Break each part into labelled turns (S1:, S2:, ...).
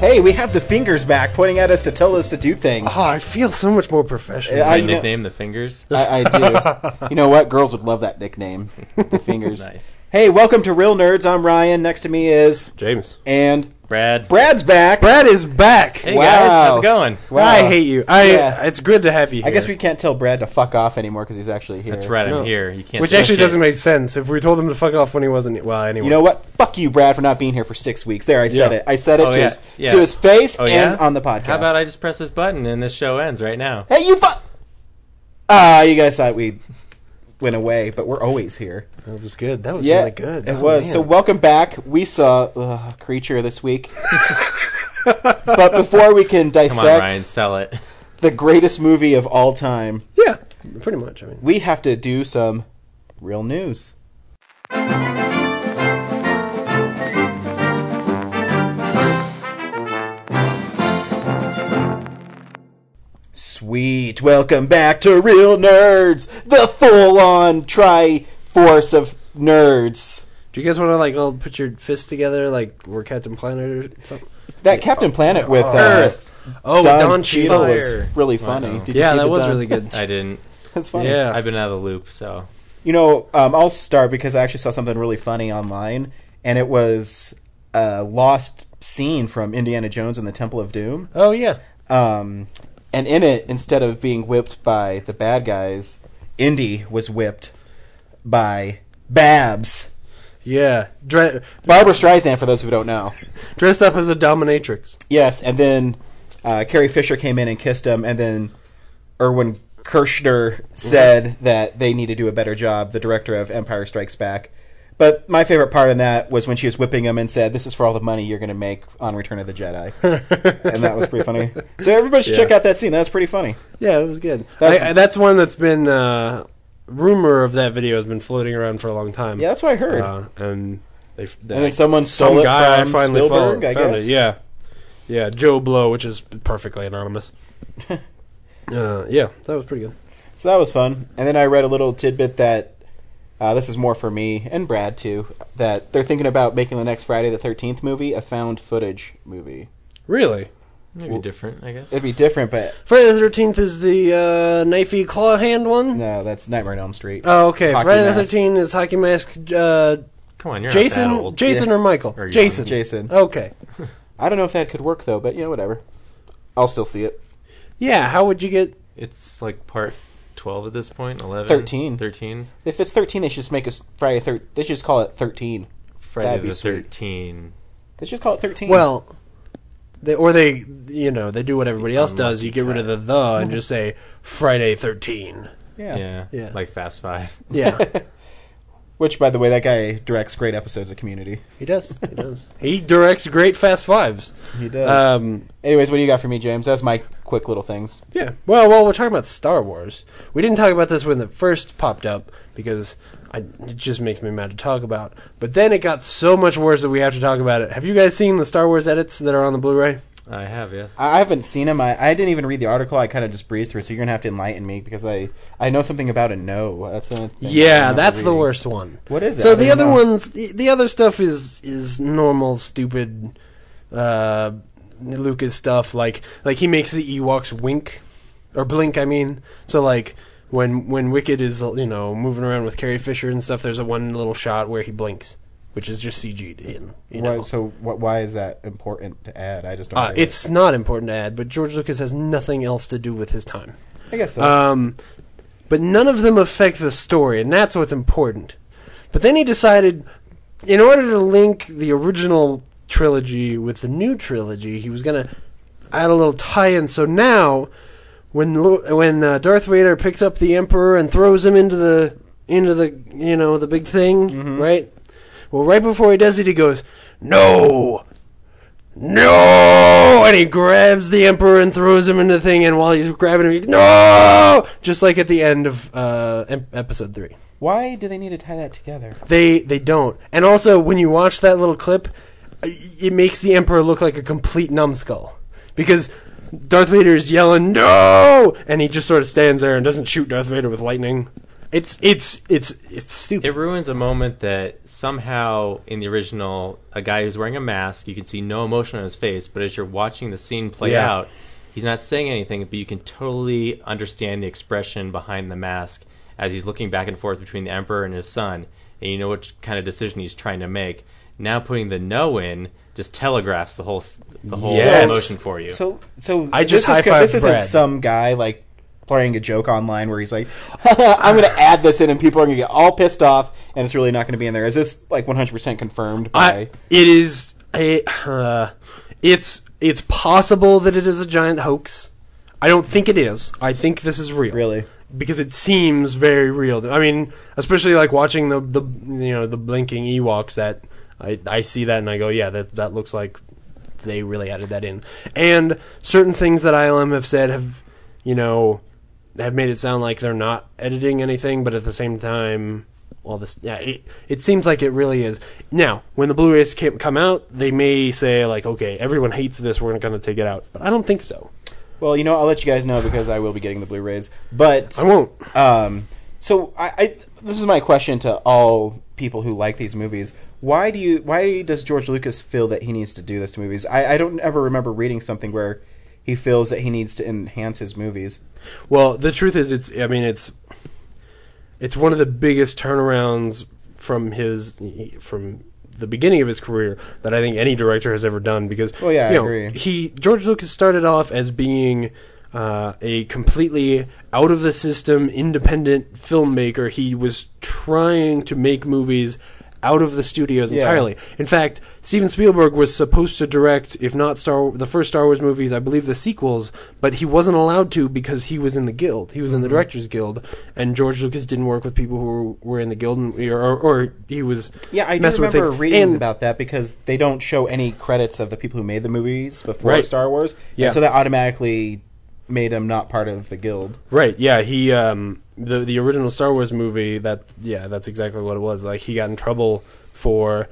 S1: Hey, we have the fingers back pointing at us to tell us to do things.
S2: Ah.
S3: Oh, I feel so much more professional.
S1: Yeah,
S3: Yeah,
S1: I
S2: My
S1: know-
S2: nickname, the fingers.
S1: I, I do. you know what? Girls would love that nickname. The fingers.
S2: Nice.
S1: Hey, welcome to Real Nerds. I'm Ryan. Next to me is
S3: James.
S1: and
S2: Brad.
S1: Brad's back.
S3: Brad is back.
S2: Hey
S1: Wow.
S2: guys, how's it going?
S1: Wow.
S3: I hate you. I.
S1: Yeah.
S3: It's good to have you.
S1: I
S3: here.
S1: guess we can't tell Brad to fuck off anymore because he's actually here.
S2: That's right. I'm
S3: No.
S2: here. You can't.
S3: Which
S2: say
S3: actually
S2: shit.
S3: doesn't make sense. If we told him to fuck off when he wasn't. Well, anyway.
S1: You know what? Fuck you, Brad, for not being here for six weeks. There, I said
S3: Yeah.
S1: it. I said it
S2: Oh,
S1: to
S2: yeah.
S1: his
S2: Yeah.
S1: to his face
S2: Oh yeah.
S1: and on the podcast.
S2: How about I just press this button and this show ends right now?
S1: Hey, you fuck. Ah, you guys thought we went away, but we're always here.
S3: That was good. That was
S1: yeah,
S3: really good.
S1: It
S3: Oh,
S1: was.
S3: man.
S1: So welcome back. We saw uh, Creature this week. but before we can
S2: Come on,
S1: dissect
S2: Ryan, sell it.
S1: the greatest movie of all time,
S3: Yeah. Pretty much. I mean.
S1: we have to do some real news. Sweet. Welcome back to Real Nerds, the full on tri force of nerds.
S3: Do you guys want to like all put your fists together like we're Captain Planet or something?
S1: That Captain Planet with uh,
S3: Earth. Oh,
S1: Don,
S3: Don
S1: Cheadle
S3: Cheadle.
S1: was
S2: Fire.
S1: really funny. Did you
S3: Yeah,
S1: see
S3: that
S1: the
S3: was
S1: Don-
S3: really good.
S2: I didn't.
S1: That's funny.
S3: Yeah.
S2: I've been out of the loop, so
S1: You know, um, I'll start because I actually saw something really funny online, and it was a lost scene from Indiana Jones and the Temple of Doom.
S3: Oh yeah.
S1: Um, and in it, instead of being whipped by the bad guys, Indy was whipped by Babs.
S3: Yeah. Dre-
S1: Barbara Streisand, for those who don't know.
S3: dressed up as a dominatrix.
S1: Yes, and then uh, Carrie Fisher came in and kissed him, and then Erwin Kirschner said that they need to do a better job, the director of Empire Strikes Back. But my favorite part in that was when she was whipping him and said, This is for all the money you're going to make on Return of the Jedi. and that was pretty funny. So everybody should check
S3: Yeah.
S1: out that scene. That was pretty funny.
S3: Yeah, it was good.
S1: That's-
S3: That's, I, I- that's one that's been uh, rumor of that video has been floating around for a long time.
S1: Yeah, that's what I heard.
S3: Uh, and they, f-
S1: and then
S3: that-
S1: someone stole
S3: some
S1: it
S3: guy
S1: from
S3: finally
S1: Spielberg,
S3: found,
S1: I
S3: found
S1: guess.
S3: it. Yeah, yeah, Joe Blow, which is perfectly anonymous. uh, yeah, that was pretty good.
S1: So that was fun. And then I read a little tidbit that uh, this is more for me and Brad too. That they're thinking about making the next Friday the Thirteenth movie a found footage movie.
S3: Really,
S2: maybe different, I guess.
S1: It'd be different, but
S3: Friday the Thirteenth is the uh, knifey claw hand one.
S1: no, that's Nightmare on Elm Street.
S3: Oh, okay.
S1: Hockey
S3: Friday the
S1: mask.
S3: Thirteenth is hockey mask. Uh,
S2: Come on, you're Not that
S3: Jason,
S2: old.
S3: Jason or Michael?
S2: Or young.
S3: Jason.
S1: Jason,
S3: Okay.
S1: I don't know if that could work though, but you know, whatever. I'll still see it.
S3: Yeah. How would you get?
S2: It's like part twelve at this point. 11?
S1: 13.
S2: 13?
S1: If it's thirteen, they should just make us Friday. Thir- they should just call it thirteen.
S2: Friday
S1: That'd be
S2: the
S1: sweet.
S2: thirteen.
S1: They should just call it thirteen.
S3: Well, they or they, you know, they do what everybody else does. You get rid of the the and just say Friday Thirteen.
S1: yeah.
S2: Yeah.
S3: Yeah.
S2: Like Fast Five.
S3: Yeah,
S1: Which, by the way, that guy directs great episodes of Community.
S3: he does. He does. He directs great Fast Fives.
S1: He does.
S3: Um,
S1: Anyways, what do you got for me, James? That's my quick little things.
S3: yeah. Well, well, we're talking about Star Wars. We didn't talk about this when it first popped up because I, it just makes me mad to talk about. But then it got so much worse that we have to talk about it. Have you guys seen the Star Wars edits that are on the Blu-ray?
S2: I have, yes.
S1: I I haven't seen him. I, I didn't even read the article. I kind of just breezed through it. So you're gonna have to enlighten me because I I know something about a no. That's the only thing I
S3: Yeah,
S1: remember
S3: that's the
S1: reading.
S3: worst one.
S1: What is it? I
S3: So
S1: don't
S3: the other
S1: know.
S3: ones, the, the other stuff is is normal, stupid, uh, Lucas stuff. Like like he makes the Ewoks wink or blink. I mean, so like when when Wicked is you know moving around with Carrie Fisher and stuff, there's a one little shot where he blinks, which is just CG'd in. You know,
S1: Why, so what, why is that important to add? I just don't.
S3: uh,
S1: get it.
S3: it's not important to add, but George Lucas has nothing else to do with his time.
S1: I guess so.
S3: Um, but none of them affect the story, and that's what's important. But then he decided, in order to link the original trilogy with the new trilogy, he was going to add a little tie-in. So now, when Lo- when uh, Darth Vader picks up the Emperor and throws him into the into the you know the big thing, right? Well, right before he does it, he goes, "No, no! And he grabs the Emperor and throws him into the thing, and while he's grabbing him, he no! Just like at the end of uh, em- episode three.
S1: why do they need to tie that together?
S3: They they don't. And also, when you watch that little clip, i- it makes the Emperor look like a complete numbskull. Because Darth Vader is yelling, no! And he just sort of stands there and doesn't shoot Darth Vader with lightning. It's it's it's it's stupid.
S2: It ruins a moment that somehow in the original, a guy who's wearing a mask, you can see no emotion on his face, but as you're watching the scene play
S1: Yeah.
S2: out, he's not saying anything, but you can totally understand the expression behind the mask as he's looking back and forth between the emperor and his son, and you know what kind of decision he's trying to make. Now putting the no in just telegraphs the whole s- the whole
S3: Yes.
S2: emotion for you.
S1: So, so
S3: I just
S1: this, is,
S3: high-fived
S1: this isn't
S3: Brad.
S1: some guy like playing a joke online where he's like, "I'm going to add this in," and people are going to get all pissed off, and it's really not going to be in there. Is this like 100 percent confirmed? By
S3: I, it is a uh, it's it's possible that it is a giant hoax. I don't think it is. I think this is real.
S1: really?
S3: because it seems very real. I mean, especially like watching the the you know the blinking Ewoks that I I see that and I go, yeah, that that looks like they really added that in. And certain things that ILM have said have you know have made it sound like they're not editing anything, but at the same time. All this, yeah. It, it seems like it really is. Now, when the Blu-rays ca- come out, they may say like, "Okay, everyone hates this. We're going to take it out." But I don't think so.
S1: Well, you know, I'll let you guys know because I will be getting the Blu-rays. But
S3: I won't.
S1: Um, so I, I this is my question to all people who like these movies. Why do you? Why does George Lucas feel that he needs to do this to movies? I, I don't ever remember reading something where he feels that he needs to enhance his movies.
S3: Well, the truth is, it's. I mean, it's. It's one of the biggest turnarounds from his from the beginning of his career that I think any director has ever done because.
S1: Well, Oh, yeah,
S3: you
S1: I
S3: know,
S1: agree.
S3: He George Lucas started off as being. Uh, a completely out of the system independent filmmaker. He was trying to make movies out of the studios
S1: Yeah.
S3: entirely. In fact, Steven Spielberg was supposed to direct, if not Star, the first Star Wars movies, I believe the sequels, but he wasn't allowed to because he was in the guild. He was
S1: Mm-hmm.
S3: in the Directors Guild, and George Lucas didn't work with people who were, were in the guild, and, or, or, or he was
S1: Yeah, I do
S3: messing with
S1: remember
S3: things.
S1: reading
S3: And-
S1: about that because they don't show any credits of the people who made the movies before
S3: Right.
S1: Star Wars.
S3: Yeah.
S1: and so that automatically made him not part of the guild.
S3: Right. Yeah. He um the the original Star Wars movie that yeah that's exactly what it was. Like he got in trouble for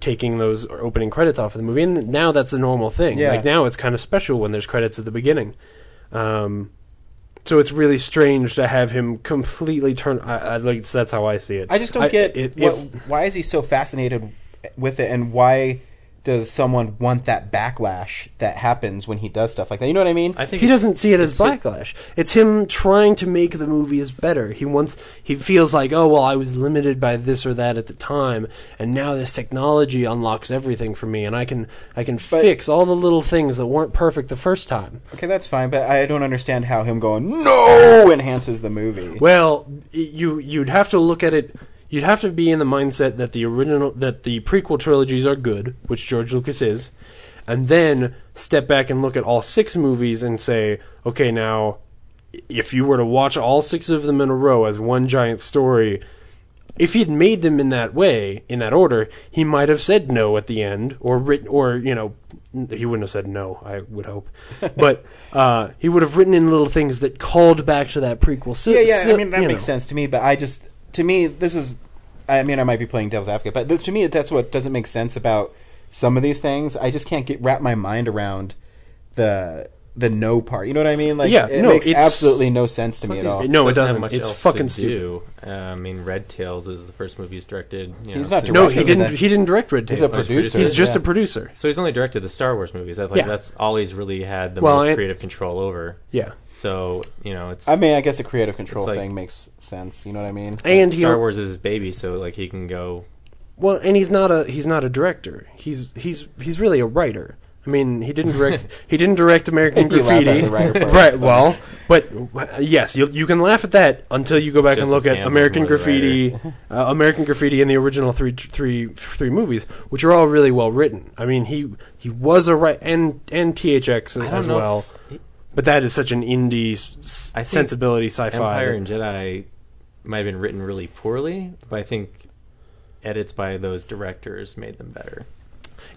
S3: taking those opening credits off of the movie, and now that's a normal thing.
S1: Yeah.
S3: Like now it's kind of special when there's credits at the beginning. Um, so it's really strange to have him completely turn. I, I like that's how I see it.
S1: I just don't get
S3: it-
S1: what,
S3: if-
S1: why is he so fascinated with it, and why does someone want that backlash that happens when he does stuff like that? You know what I mean?
S2: I think
S3: he
S2: it's-
S3: doesn't see it as backlash. It's him trying to make the movies better. He wants he feels like, oh well, I was limited by this or that at the time, and now this technology unlocks everything for me, and I can I can fix all the little things that weren't perfect the first time.
S1: okay, that's fine, but I don't understand how him going no enhances the movie.
S3: Well, you you'd have to look at it. You'd have to be in the mindset that the original that the prequel trilogies are good, which George Lucas is, and then step back and look at all six movies and say, okay, now if you were to watch all six of them in a row as one giant story, if he'd made them in that way, in that order, he might have said no at the end, or written, or you know, he wouldn't have said no. I would hope, but uh, he would have written in little things that called back to that prequel. sy-
S1: Yeah, yeah.
S3: sy-
S1: I mean, that
S3: you
S1: makes
S3: know.
S1: sense to me. But I just, to me, this is. I mean, I might be playing devil's advocate, but this, to me, that's what doesn't make sense about some of these things. I just can't get wrap my mind around the the no part. You know what I mean? Like,
S3: Yeah,
S1: it
S3: no,
S1: makes
S3: it's-
S1: absolutely no sense to me
S2: Plus
S1: at
S2: he's-
S1: all.
S3: No, it
S2: doesn't
S3: doesn't.
S2: have much
S3: It's
S2: else
S3: fucking
S2: to
S3: stupid.
S2: do. Uh, I mean, Red Tails is the first movie he's directed. You know,
S1: He's not
S2: since-
S3: No,
S1: directed
S3: he
S1: Director
S3: didn't.
S1: that-
S3: He didn't direct Red
S1: He's
S3: Tails.
S1: a
S2: producer.
S1: producer.
S3: He's just
S1: yeah.
S3: a producer.
S2: So he's only directed the Star Wars movies. I like
S3: Yeah.
S2: that's all he's really had the
S3: Well,
S2: most
S3: I-
S2: creative control over.
S3: Yeah,
S2: So you know, it's
S1: I mean, I guess a creative control
S2: It's like-
S1: thing makes sense. You know what I mean?
S3: and he
S2: Star Wars is his baby, so like he can go.
S3: well, and he's not a he's not a director. He's he's he's really a writer. I mean, he didn't direct. he didn't direct American
S1: You laugh at
S3: Graffiti,
S1: the writer part,
S3: right?
S1: it's
S3: Well, but uh, yes, you you can laugh at that until you go back and
S2: Joseph
S3: look at
S2: Campbell's
S3: American
S2: more the
S3: Graffiti, uh, American Graffiti, and the original three three three movies, which are all really well written. I mean, he he was a right and and THX
S2: don't
S3: as
S2: know if
S3: well.
S2: he-
S3: But that is such an indie s-
S2: I think
S3: sensibility sci-fi.
S2: Empire
S3: that-
S2: and Jedi might have been written really poorly, but I think edits by those directors made them better.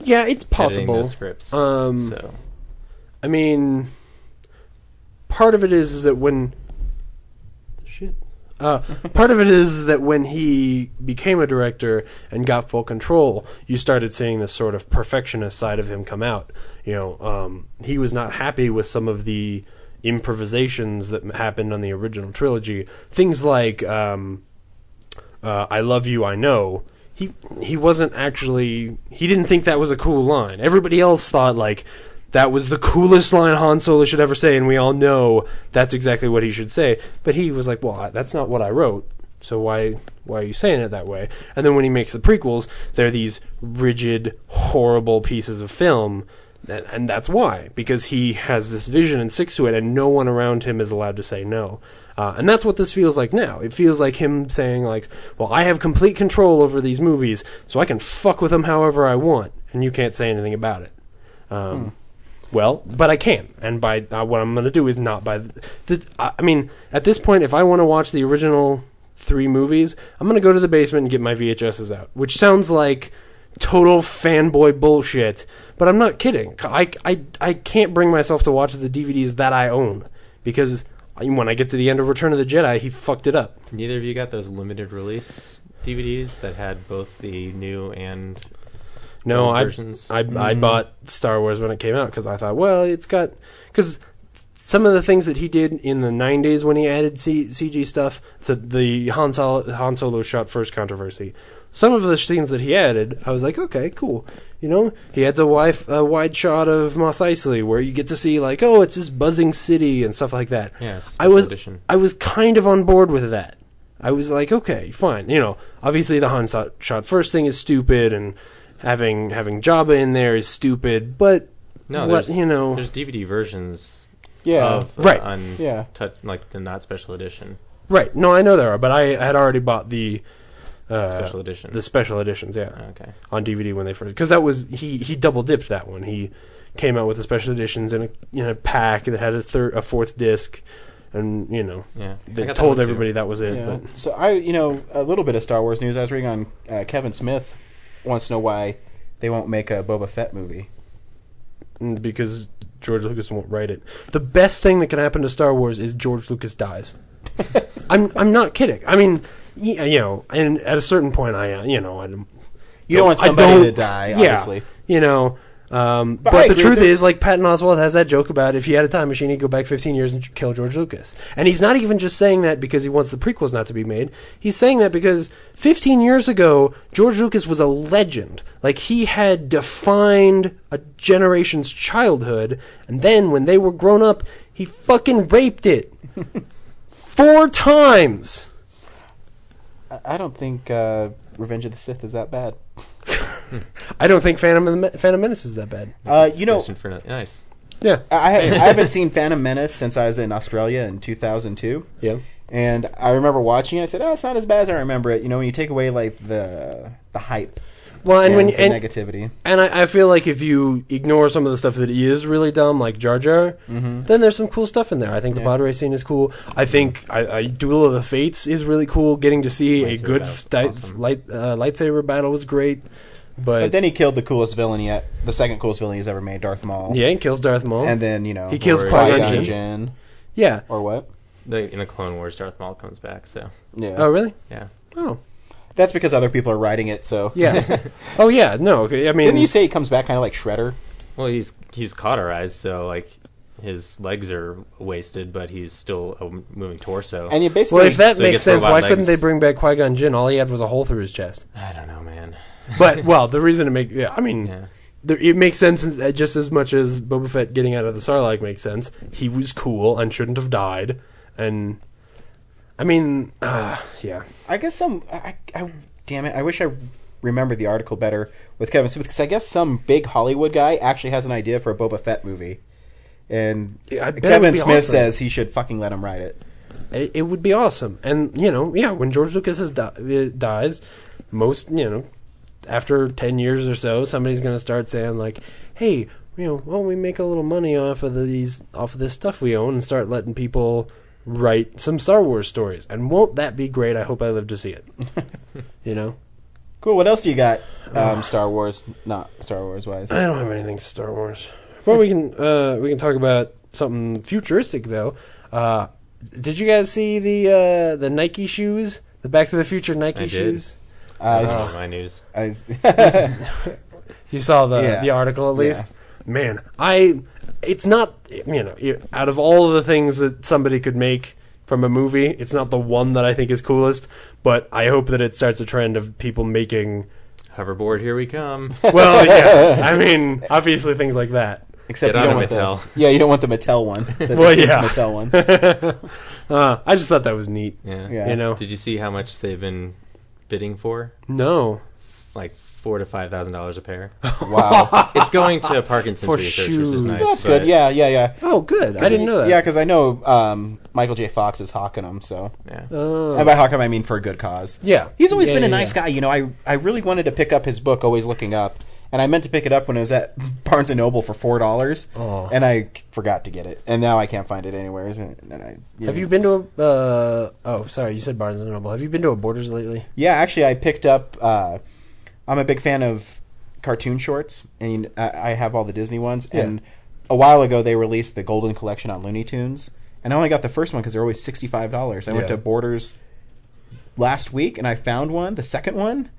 S3: yeah, it's
S2: Editing
S3: possible.
S2: those scripts.
S3: Um,
S2: so
S3: I mean, part of it is, is that when shit. Uh, part of it is that when he became a director and got full control, you started seeing this sort of perfectionist side of him come out. You know, um, he was not happy with some of the improvisations that m- happened on the original trilogy. Things like um, uh, "I love you, I know." He he wasn't actually he didn't think that was a cool line. Everybody else thought like that was the coolest line Han Solo should ever say, and we all know that's exactly what he should say. But he was like, "Well, I- that's not what I wrote." So why why are you saying it that way? And then when he makes the prequels, they're these rigid, horrible pieces of film, and, and that's why because he has this vision and sticks to it, and no one around him is allowed to say no. Uh, and that's what this feels like now. It feels like him saying like, "Well, I have complete control over these movies, so I can fuck with them however I want, and you can't say anything about it." Um, well, but I can, and by uh, what I'm going to do is not by the. the I I mean, at this point, if I want to watch the original three movies, I'm going to go to the basement and get my VHSs out, which sounds like total fanboy bullshit. But I'm not kidding. I I I can't bring myself to watch the DVDs that I own because I- when I get to the end of Return of the Jedi, he fucked it up.
S2: Neither of you got those limited release DVDs that had both the new and
S3: No,
S2: old
S3: I
S2: versions.
S3: I, I bought Star Wars when it came out because I thought, well, it's got because some of the things that he did in the '90s when he added C- CG stuff to the Han Solo, Han Solo shot first controversy. Some of the things that he added, I was like, okay, cool. You know, he adds a, wife, a wide shot of Mos Eisley where you get to see like, oh, it's this buzzing city and stuff like that.
S2: Yeah, it's a
S3: I was
S2: special edition.
S3: I was kind of on board with that. I was like, okay, fine. You know, obviously the Han shot, shot first thing is stupid, and having having Jabba in there is stupid. But
S2: no,
S3: what
S2: there's,
S3: you know,
S2: there's DVD versions
S1: Yeah.
S2: of
S3: Right.
S2: un-
S1: Yeah.
S2: tut- like the not special edition.
S3: right? No, I know there are, but I had already bought the uh,
S2: Special edition.
S3: the special editions, yeah,
S2: Okay.
S3: on DVD when they first because that was he he double dipped that one. He came out with the special editions in a in a pack that had a third a fourth disc, and you know
S2: Yeah. I
S3: they
S2: got that one
S3: told
S2: too.
S3: everybody that was it.
S1: Yeah.
S3: But
S1: So I, you know, a little bit of Star Wars news. I was reading on uh, Kevin Smith wants to know why they won't make a Boba Fett movie.
S3: Mm, because George Lucas won't write it. The best thing that can happen to Star Wars is George Lucas dies. I'm I'm not kidding. I mean, y- you know, and at a certain point, I uh, you know, I don't,
S1: You don't want
S3: I
S1: somebody
S3: don't-
S1: to die,
S3: yeah,
S1: obviously.
S3: you know. Um, but
S1: I
S3: the
S1: agree,
S3: truth
S1: there's-
S3: is, like Patton Oswald has that joke about if he had a time machine, he'd go back 15 years and kill George Lucas. And he's not even just saying that because he wants the prequels not to be made. He's saying that because 15 years ago, George Lucas was a legend. Like he had defined a generation's childhood, and then when they were grown up, he fucking raped it four times.
S1: I I don't think uh, Revenge of the Sith is that bad.
S3: I don't think Phantom of the Me- Phantom Menace is that bad.
S1: Uh, you know,
S2: Edition for no- nice.
S3: Yeah,
S1: I, I haven't seen Phantom Menace since I was in Australia in 2002.
S3: yeah.
S1: And I remember watching it. I said, "Oh, it's not as bad as I remember it." You know, when you take away like the the hype
S3: Well, and
S1: and,
S3: when
S1: the
S3: and,
S1: negativity.
S3: And I, I feel like if you ignore some of the stuff that is really dumb, like Jar Jar, then there's some cool stuff in there. I think the
S1: Yeah.
S3: pod racing is cool. I think I, I Duel of the Fates is really cool. Getting to see a
S2: Lightsaber
S3: good
S2: battle's
S3: di-
S2: awesome.
S3: light uh, lightsaber battle was great,
S1: But
S3: but,
S1: then he killed the coolest villain yet, the second coolest villain he's ever made, Darth Maul.
S3: yeah, he kills Darth Maul.
S1: And then you know
S3: He kills
S1: Qui-Gon
S2: Qui-Gon Jinn.
S1: Jinn.
S3: yeah.
S1: or what?
S2: The, in the Clone Wars, Darth Maul comes back. So
S1: Yeah.
S3: Oh really?
S2: yeah,
S3: Oh
S1: That's because other people are writing it. So
S3: yeah. oh yeah. No, okay, I mean,
S1: Didn't you say he comes back kind of like Shredder?
S2: well he's he's cauterized, so like his legs are wasted, but he's still a moving torso.
S1: And you basically
S3: well, if that
S2: So he
S3: makes
S2: gets
S3: sense, why
S2: robot
S3: couldn't
S2: legs.
S3: they bring back Qui Gon Jinn? All he had was a hole through his chest.
S2: I don't know, man.
S3: But well, the reason it makes yeah, I mean.
S2: Yeah,
S3: there, it makes sense in- uh, just as much as Boba Fett getting out of the Sarlacc makes sense. He was cool and shouldn't have died. And I mean, uh, yeah,
S1: I guess some. I, I, damn it! I wish I remembered the article better with Kevin Smith because I guess some big Hollywood guy actually has an idea for a Boba Fett movie, and
S3: Yeah, I bet it would
S1: Kevin
S3: be
S1: Smith
S3: awesome.
S1: says he should fucking let him write it.
S3: it, it would be awesome. And you know, yeah, when George Lucas has di- uh, dies, most you know, after ten years or so, somebody's going to start saying like, "Hey, you know, why don't we make a little money off of these off of this stuff we own and start letting people." Write some Star Wars stories, and won't that be great? I hope I live to see it. you know,
S1: Cool. What else do you got? Um, Star Wars, not Star Wars wise.
S3: I don't have anything Star Wars. Well, we can uh, we can talk about something futuristic though. Uh, did you guys see the uh, the Nike shoes? The Back to the Future Nike
S2: I did.
S3: shoes.
S1: I,
S2: that's
S1: s-
S2: not my news.
S1: I s-
S3: You saw the
S1: Yeah.
S3: the article at least. Man, I it's not you know you- out of all of the things that somebody could make from a movie. It's not the one that I think is coolest, but I hope that it starts a trend of people making.
S2: Hoverboard, here we come.
S3: Well, yeah, I mean, obviously things like that.
S1: Except
S2: Get
S1: you don't
S2: on
S1: want
S2: it, Mattel.
S1: the yeah, you don't want the Mattel one. The
S3: Well,
S1: cheap
S3: yeah.
S1: Mattel one.
S3: Uh, I just thought that was neat.
S2: Yeah.
S1: Yeah.
S3: You know,
S2: Did you see how much they've been bidding for?
S3: no,
S2: Like four to five thousand dollars a pair.
S1: Wow,
S2: it's going to Parkinson's
S3: For
S2: research, which
S3: shoes.
S2: is nice.
S1: that's
S2: but
S1: good. Yeah, yeah, yeah.
S3: oh, good. I didn't know that.
S1: Yeah, because I know um, Michael J. Fox is hawking them. So,
S2: yeah.
S3: Oh.
S1: and by hawking, 'em, I mean for a good cause.
S3: yeah,
S1: He's always
S3: Yeah,
S1: been a
S3: yeah,
S1: nice
S3: yeah.
S1: guy. You know, I I really wanted to pick up his book, Always Looking Up, and I meant to pick it up when it was at Barnes and Noble for four dollars,
S3: Aw.
S1: and I forgot to get it, and now I can't find it anywhere. And, and I,
S3: Have you been to a? Uh, oh, sorry, you said Barnes and Noble. Have you been to a Borders lately?
S1: Yeah, actually, I picked up. Uh, I'm a big fan of cartoon shorts, and I, I have all the Disney ones.
S3: Yeah.
S1: And a while ago, they released the Golden Collection on Looney Tunes, and I only got the first one because they're always sixty five dollars. I went
S3: Yeah.
S1: to Borders last week, and I found one, the second one,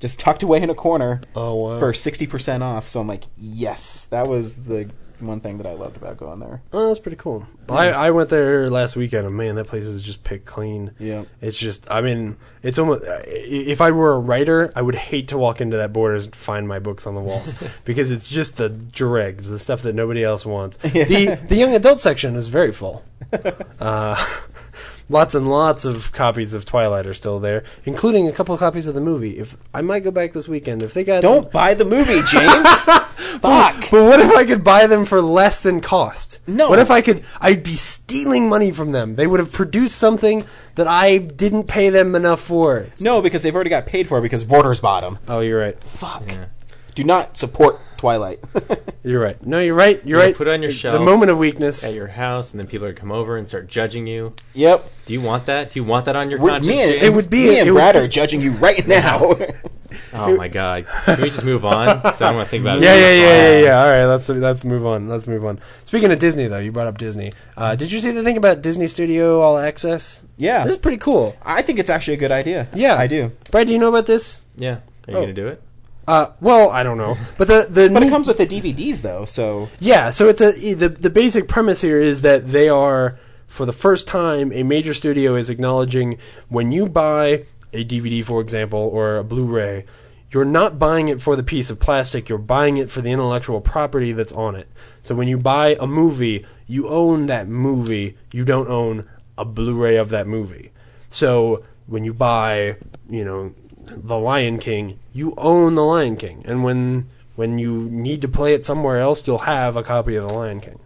S1: just tucked away in a corner
S3: Oh wow.
S1: for sixty percent off. So I'm like, yes, that was the one thing that I loved about going there.
S3: Oh, that's pretty cool. I, I went there last weekend, and man, that place is just picked clean.
S1: Yeah.
S3: It's just, I mean, it's almost. i- If I were a writer, I would hate to walk into that Borders and find my books on the walls because it's just the dregs, the stuff that nobody else wants. The the young adult section is very full. Uh, lots and lots of copies of Twilight are still there, including a couple copies of the movie. If I might go back this weekend, if they got
S1: Don't buy the movie, James. Fuck.
S3: but what if I could buy them for less than cost?
S1: No.
S3: What if I could? I'd be stealing money from them. They would have produced something that I didn't pay them enough for. It's-
S1: No, because they've already got paid for it because Borders bought 'em.
S3: Oh, you're right.
S1: Fuck.
S2: Yeah.
S1: Do not support Twilight.
S3: You're right. No, you're right. You're
S2: Yeah,
S3: right.
S2: put it on your
S3: it's a
S2: shelf
S3: moment of weakness.
S2: At your house, and then people are gonna come over and start judging you.
S1: yep.
S2: Do you want that? Do you want that on your
S1: We're-
S2: conscience?
S1: me and,
S2: James?
S3: it would be-
S1: me and
S3: it would
S1: Brad
S3: be-
S1: are judging you right now.
S2: Oh my god! Can we just move on? Because I don't want to think about it.
S3: yeah, yeah, yeah, yeah, yeah. All right, let's let's move on. Let's move on. Speaking of Disney, though, you brought up Disney. Uh, did you see the thing about Disney Studio All Access?
S1: Yeah.
S3: this is pretty cool.
S1: I think it's actually a good idea.
S3: Yeah,
S1: I do.
S3: Brad, do you know about this?
S2: Yeah. Are you
S1: Oh.
S2: gonna do it?
S3: Uh, well, I don't know, but the the
S1: But it
S3: neat-
S1: comes with the DVDs though, so
S3: Yeah, so it's a e, the the basic premise here is that they are for the first time a major studio is acknowledging when you buy a DVD for example or a Blu-ray, you're not buying it for the piece of plastic, you're buying it for the intellectual property that's on it. So when you buy a movie, you own that movie, you don't own a Blu-ray of that movie. So when you buy, you know, The Lion King, you own The Lion King. And when when you need to play it somewhere else, you'll have a copy of The Lion King.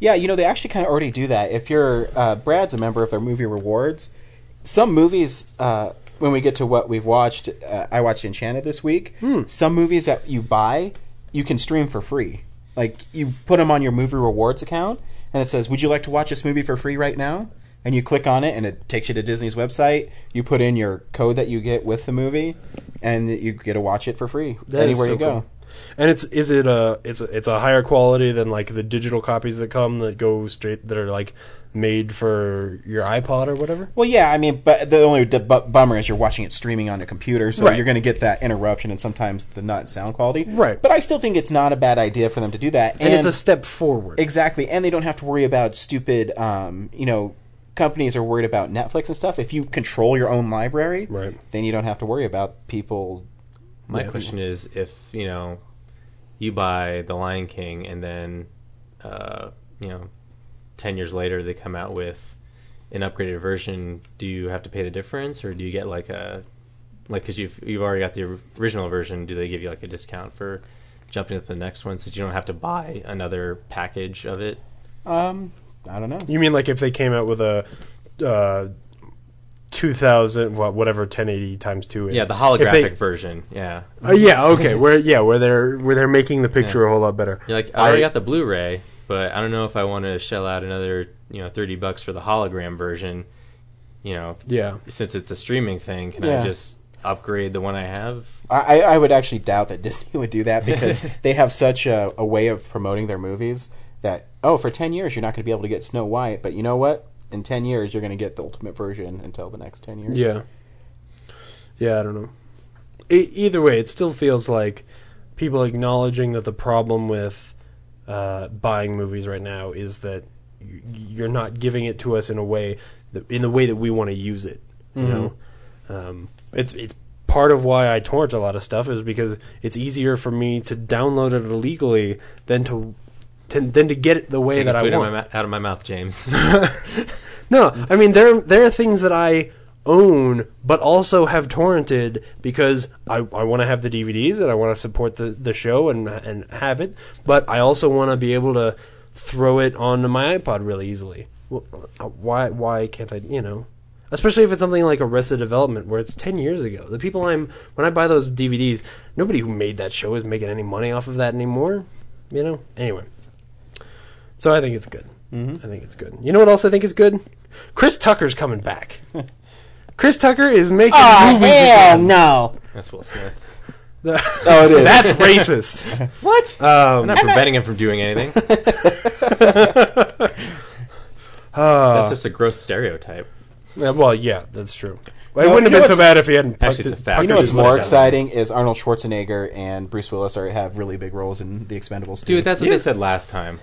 S1: yeah, you know they actually kind of already do that. If you're uh, Brad's a member of their movie rewards, some movies uh, when we get to what we've watched, uh, I watched Enchanted this week.
S3: Hmm.
S1: Some movies that you buy, you can stream for free. Like you put them on your movie rewards account, and it says, "Would you like to watch this movie for free right now?" And you click on it, and it takes you to Disney's website. You put in your code that you get with the movie, and you get to watch it for free
S3: That is
S1: anywhere
S3: so
S1: you go.
S3: cool. And it's is it a it's a, it's a higher quality than like the digital copies that come that go straight that are like made for your iPod or whatever.
S1: Well, yeah, I mean, but the only d- bu- bummer is you're watching it streaming on a computer, so
S3: Right.
S1: you're going to get that interruption and sometimes the not sound quality.
S3: Right.
S1: But I still think it's not a bad idea for them to do that.
S3: And, it's a step forward.
S1: exactly, and they don't have to worry about stupid, um, you know, companies are worried about Netflix and stuff. If you control your own library,
S3: Right.
S1: then you don't have to worry about people.
S2: My
S3: Yeah.
S2: question is, if you know, you buy The Lion King, and then, uh, you know, ten years later they come out with an upgraded version. Do you have to pay the difference, or do you get like a like because you've you've already got the original version? Do they give you like a discount for jumping to the next one since you don't have to buy another package of it?
S1: Um, I don't know.
S3: You mean like if they came out with a uh, 2000 what whatever 1080 times 2 is.
S2: Yeah, the
S3: If they-
S2: holographic version. Yeah,
S3: Uh, yeah, okay. Where yeah, where they're where they're making the picture
S2: Yeah.
S3: a whole lot better.
S2: You're like, "Oh, I already
S3: I-
S2: got the Blu-ray, but I don't know if I want to shell out another, you know, thirty bucks for the hologram version. You know,
S3: Yeah.
S2: since it's a streaming thing, can
S1: Yeah.
S2: I just upgrade the one I have?
S1: I, I would actually doubt that Disney would do that because they have such a, a way of promoting their movies that oh, for ten years you're not going to be able to get Snow White, but you know what? In ten years you're going to get the ultimate version until the next ten years.
S3: Yeah. Yeah, I don't know. E either way, it still feels like people acknowledging that the problem with uh, buying movies right now is that y- you're not giving it to us in a way that, in the way that we want to use it. You
S2: Mm-hmm.
S3: know, um, it's it's part of why I torrent a lot of stuff is because it's easier for me to download it illegally than to, to than to get it the way
S2: Take
S3: that
S2: the
S3: I
S2: food out of
S3: want.
S2: my mou- out of my mouth, James.
S3: No, I mean there there are things that I own but also have torrented because I, I want to have the DVDs and I want to support the, the show and and have it, but I also want to be able to throw it onto my iPod really easily. Well, uh, Why why can't I, you know? Especially if it's something like Arrested Development where it's 10 years ago. The people I'm when I buy those DVDs, nobody who made that show is making any money off of that anymore, you know? Anyway. So I think it's good. I think it's good. You know what else I think is good? Chris Tucker's coming back. Chris Tucker is making movies. again.
S1: Ah, no!
S2: That's Will Smith.
S1: Oh, it is.
S3: That's racist. Um,
S1: what?
S3: Uh,
S2: I'm not preventing him from doing anything. That's just a gross stereotype.
S3: Uh, well, yeah, that's true. It
S1: No,
S3: wouldn't
S1: you
S3: have
S1: know
S3: been so
S1: what's-
S3: bad if he hadn't. Pucked
S2: Actually,
S3: it,
S2: it's a fact.
S1: you know
S2: Tucker
S1: what's
S2: just
S1: more
S2: looks out.
S1: exciting is Arnold Schwarzenegger and Bruce Willis are, have really big roles in The Expendables. too.
S2: Dude, that's what they said last time.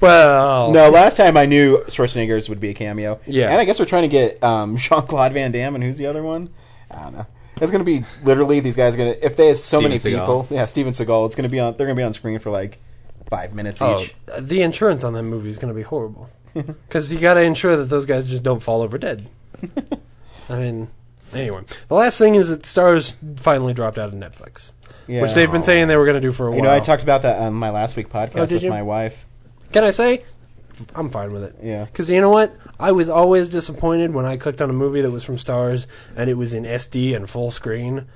S3: Well,
S1: No, last time I knew Schwarzenegger's would be a cameo.
S3: Yeah.
S1: and I guess we're trying to get um, Jean Claude Van Damme and who's the other one? I don't know. It's going to be literally these guys are going to if they have so
S2: Steven
S1: many
S2: Seagal.
S1: people. Yeah, Steven Seagal. It's going to be on. They're going to be on screen for like five minutes
S3: Oh,
S1: each.
S3: the insurance on that movie is going to be horrible because you got to ensure that those guys just don't fall over dead. I mean, anyway, the last thing is that Stars finally dropped out of Netflix,
S1: Yeah.
S3: which they've been saying they were going to do for a
S1: You
S3: while.
S1: know, I talked about that on my last week podcast
S3: Oh, did
S1: with
S3: you?
S1: my wife.
S3: Can I say? I'm fine with it.
S1: Yeah.
S3: Because you know what? I was always disappointed when I clicked on a movie that was from Stars and it was in SD and full screen.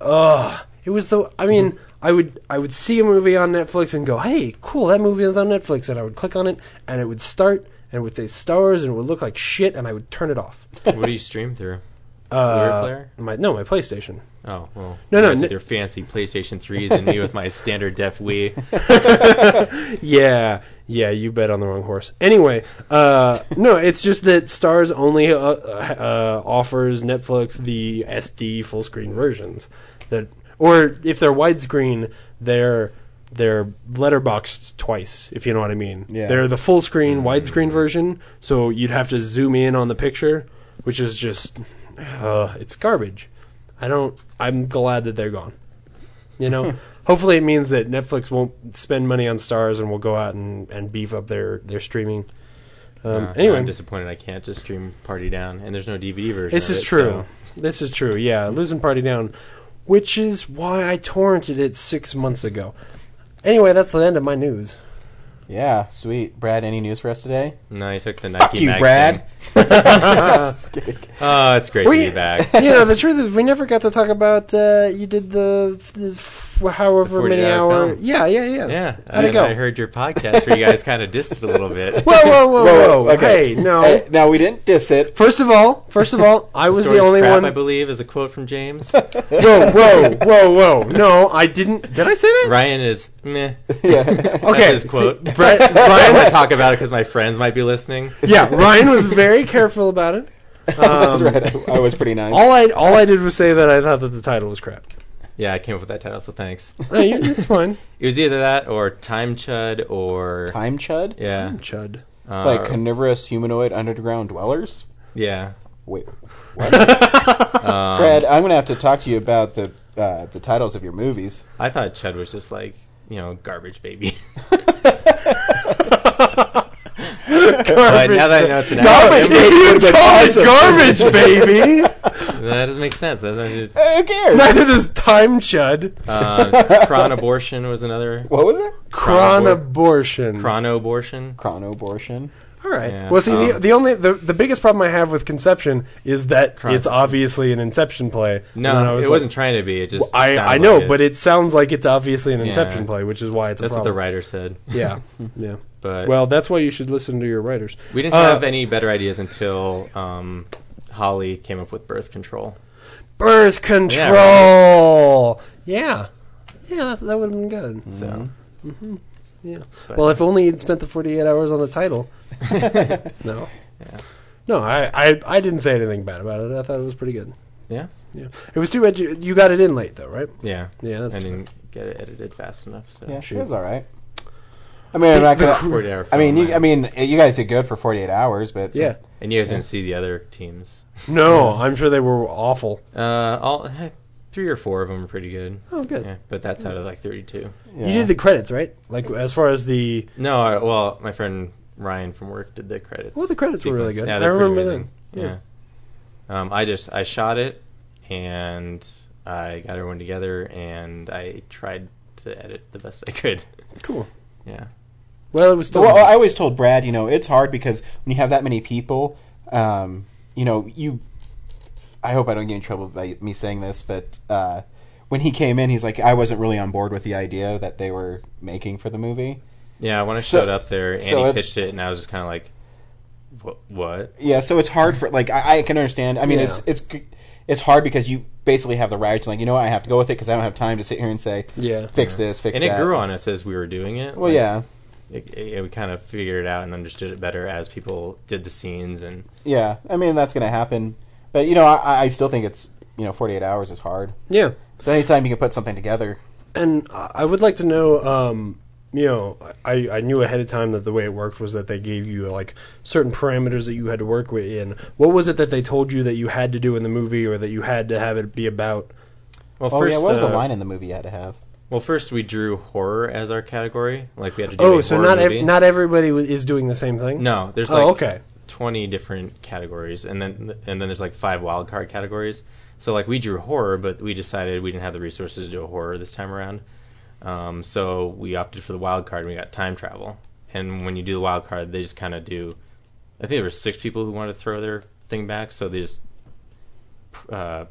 S3: Ugh. It was the. I mean,
S2: Mm-hmm.
S3: I would I would see a movie on Netflix and go, "Hey, cool, that movie is on Netflix," and I would click on it and it would start and it would say Stars and it would look like shit and I would turn it off.
S2: what do you stream through?
S3: Uh,
S2: player?
S3: My no, my PlayStation.
S2: Oh well,
S3: No, no,
S2: guys
S3: n-
S2: with your fancy PlayStation threes and me with my standard def Wii.
S3: Yeah, yeah, you bet on the wrong horse. Anyway, uh, no, it's just that Stars only uh, uh, offers Netflix the SD full screen versions that, or if they're widescreen, they're they're letterboxed twice. If you know what I mean,
S1: Yeah.
S3: they're the full screen widescreen version, so you'd have to zoom in on the picture, which is just uh, it's garbage. I don't. I'm glad that they're gone. You know, hopefully it means that Netflix won't spend money on stars and will go out and, and beef up their their streaming. Um,
S2: Uh,
S3: anyway,
S2: I'm disappointed. I can't just stream Party Down, and there's no DVD version.
S3: this
S2: of
S3: is
S2: it,
S3: true.
S2: so-
S3: This is true. Yeah, losing party down, which is why I torrented it six months ago. Anyway, that's the end of my news.
S1: Yeah, sweet. Brad, any news for us today?
S2: No, you took the Nike.
S1: Fuck you,
S2: Mag
S1: Brad.
S2: thing.
S1: Just kidding.
S2: Oh, it's great
S3: We-
S2: to be back.
S3: you know, the truth is, we never got to talk about. Uh, you did the, f- the f- however
S2: The
S3: many
S2: 48
S3: hour.
S2: film.
S3: Yeah, yeah, yeah.
S2: Yeah,
S3: How'd it
S2: and
S3: go?
S2: I heard your podcast where you guys kind of dissed it a little bit.
S3: Whoa, whoa, whoa, whoa!
S1: okay.
S3: Hey, no.
S1: Hey, now we didn't diss it.
S3: First of all, first of all, I was the
S2: Story's
S3: only
S2: crap,
S3: one.
S2: I believe, is a quote from James.
S3: whoa, whoa, whoa, whoa! No, I didn't. Did I say that?
S2: Ryan is meh.
S1: Yeah.
S3: Okay,
S2: his
S3: see,
S2: quote.
S3: Bri-
S2: I want
S3: Ryan,
S2: to talk about it because my friends might be listening.
S3: yeah, Ryan was very careful about it.
S1: That's right. I, I was pretty nice.
S3: Um, All I all I did was say that I thought that the title was crap.
S2: Yeah, I came up with that title, so thanks.
S3: Uh, you- It's fine.
S2: It was either that or Time Chud or
S1: Time chud?
S2: yeah,
S3: Chud.
S2: uh,
S3: Um,
S1: Like carnivorous humanoid underground dwellers?
S2: yeah.
S1: Wait, what? Brad, I'm going to have to talk to you about the uh, the titles of your movies.
S2: I thought Chud was just like you know garbage baby. but now that I know it's an
S3: Garbage,
S2: acronym,
S3: you
S1: been
S3: call it
S1: awesome.
S3: garbage, baby.
S2: that doesn't make sense. That doesn't,
S1: Uh, who cares?
S3: Neither does time chud.
S2: uh, Cron abortion was another
S1: What was it?
S3: Cron
S2: Chronobor-
S3: abortion.
S2: Chrono abortion.
S1: Chrono abortion.
S3: All right.
S2: Yeah.
S3: Well, see, the,
S2: Um,
S3: the only the, the biggest problem I have with Conception is that
S2: Crime.
S3: it's obviously an Inception play. And then I
S2: No,
S3: was
S2: it
S3: like-
S2: wasn't trying to be. It just
S3: I,
S2: sounds
S3: I know,
S2: like it.
S3: but it sounds like it's obviously an Inception
S2: Yeah.
S3: play, which is why it's a
S2: that's what the
S3: problem.
S2: writer said.
S3: Yeah, yeah.
S2: But
S3: Well, that's why you should listen to your writers.
S2: we didn't
S3: uh,
S2: have any better ideas until um, Holly came up with birth control.
S3: Birth control. Yeah, yeah, that, that would have been good.
S2: So
S3: Yeah.
S2: But-
S3: Well, if only you'd spent the 48 hours on the title. no.
S2: Yeah.
S3: No, I, I I didn't say anything bad about it. I thought it was pretty good.
S2: yeah,
S3: Yeah. It was too bad you, you got it in late though, right?
S2: yeah,
S3: Yeah, that's
S2: I
S3: too
S2: didn't get it edited fast enough. So
S1: Yeah, she
S3: Oh, shoot.
S1: was all right. I mean, I'm not
S3: The- the
S1: gonna.
S3: cr- Oh,
S2: 48 hour
S1: I mean, you,
S2: film,
S1: I mean, you guys did good for 48 hours, but
S3: Yeah.
S2: and you guys didn't see the other teams.
S3: No, I'm sure they were awful.
S2: Uh, all eh, three or four of them are pretty good.
S3: Oh, good.
S2: Yeah, but that's out of like 32.
S3: You did the credits, right? Like as far as the
S2: No, I, well, my friend Ryan from work did the credits.
S3: Well, Oh, the credits were really
S2: sequence.
S3: good.
S2: Yeah,
S3: I
S2: they're pretty
S3: remember
S2: amazing.
S3: them. Yeah.
S2: Yeah. Um, I just I shot it and I got everyone together and I tried to edit the best I could.
S3: cool.
S2: Yeah.
S3: Well, it was still
S1: Well, I always told Brad, you know, it's hard because when you have that many people, um, you know, you. I hope I don't get in trouble by me saying this, but uh, when he came in, he's like, I wasn't really on board with the idea that they were making for the movie.
S2: Yeah, when I
S1: So-
S2: showed up there, Andy
S1: so it's-
S2: pitched it, and I was just kind of like, "What? What?
S1: Yeah, so it's hard for like I, I can understand. I mean,
S3: Yeah.
S1: it's it's g- it's hard because you basically have the right to like, you know, what, I have to go with it because I don't have time to sit here and say,
S3: Yeah.
S1: fix this, fix
S2: And
S1: that.
S2: it grew on us as we were doing it.
S1: Well,
S2: Like,
S1: yeah,
S2: it- it- we kind of figured it out and understood it better as people did the scenes. And
S1: yeah. I mean, that's going to happen, but you know, I, I still think it's you know, 48 hours is hard.
S3: yeah.
S1: So anytime you can put something together,
S3: And I I would like to know, um, you know, I, I knew ahead of time that the way it worked was that they gave you like certain parameters that you had to work with. In what was it that they told you that you had to do in the movie, or that you had to have it be about?
S2: well,
S1: Oh
S2: first,
S1: yeah, what was
S2: uh,
S1: the line in the movie you had to have?
S2: Well, first we drew horror as our category. Like we had to do.
S3: Oh,
S2: a
S3: so
S2: horror
S3: not ev-
S2: movie.
S3: not everybody was, is doing the same thing.
S2: No, there's
S3: Oh,
S2: like
S3: okay.
S2: twenty different categories, and then and then there's like five wild card categories. So like we drew horror, but we decided we didn't have the resources to do a horror this time around. Um, so we opted for the wild card, and we got time travel. And when you do the wild card, they just kind of do. I think there were six people who wanted to throw their thing back, so they just uh,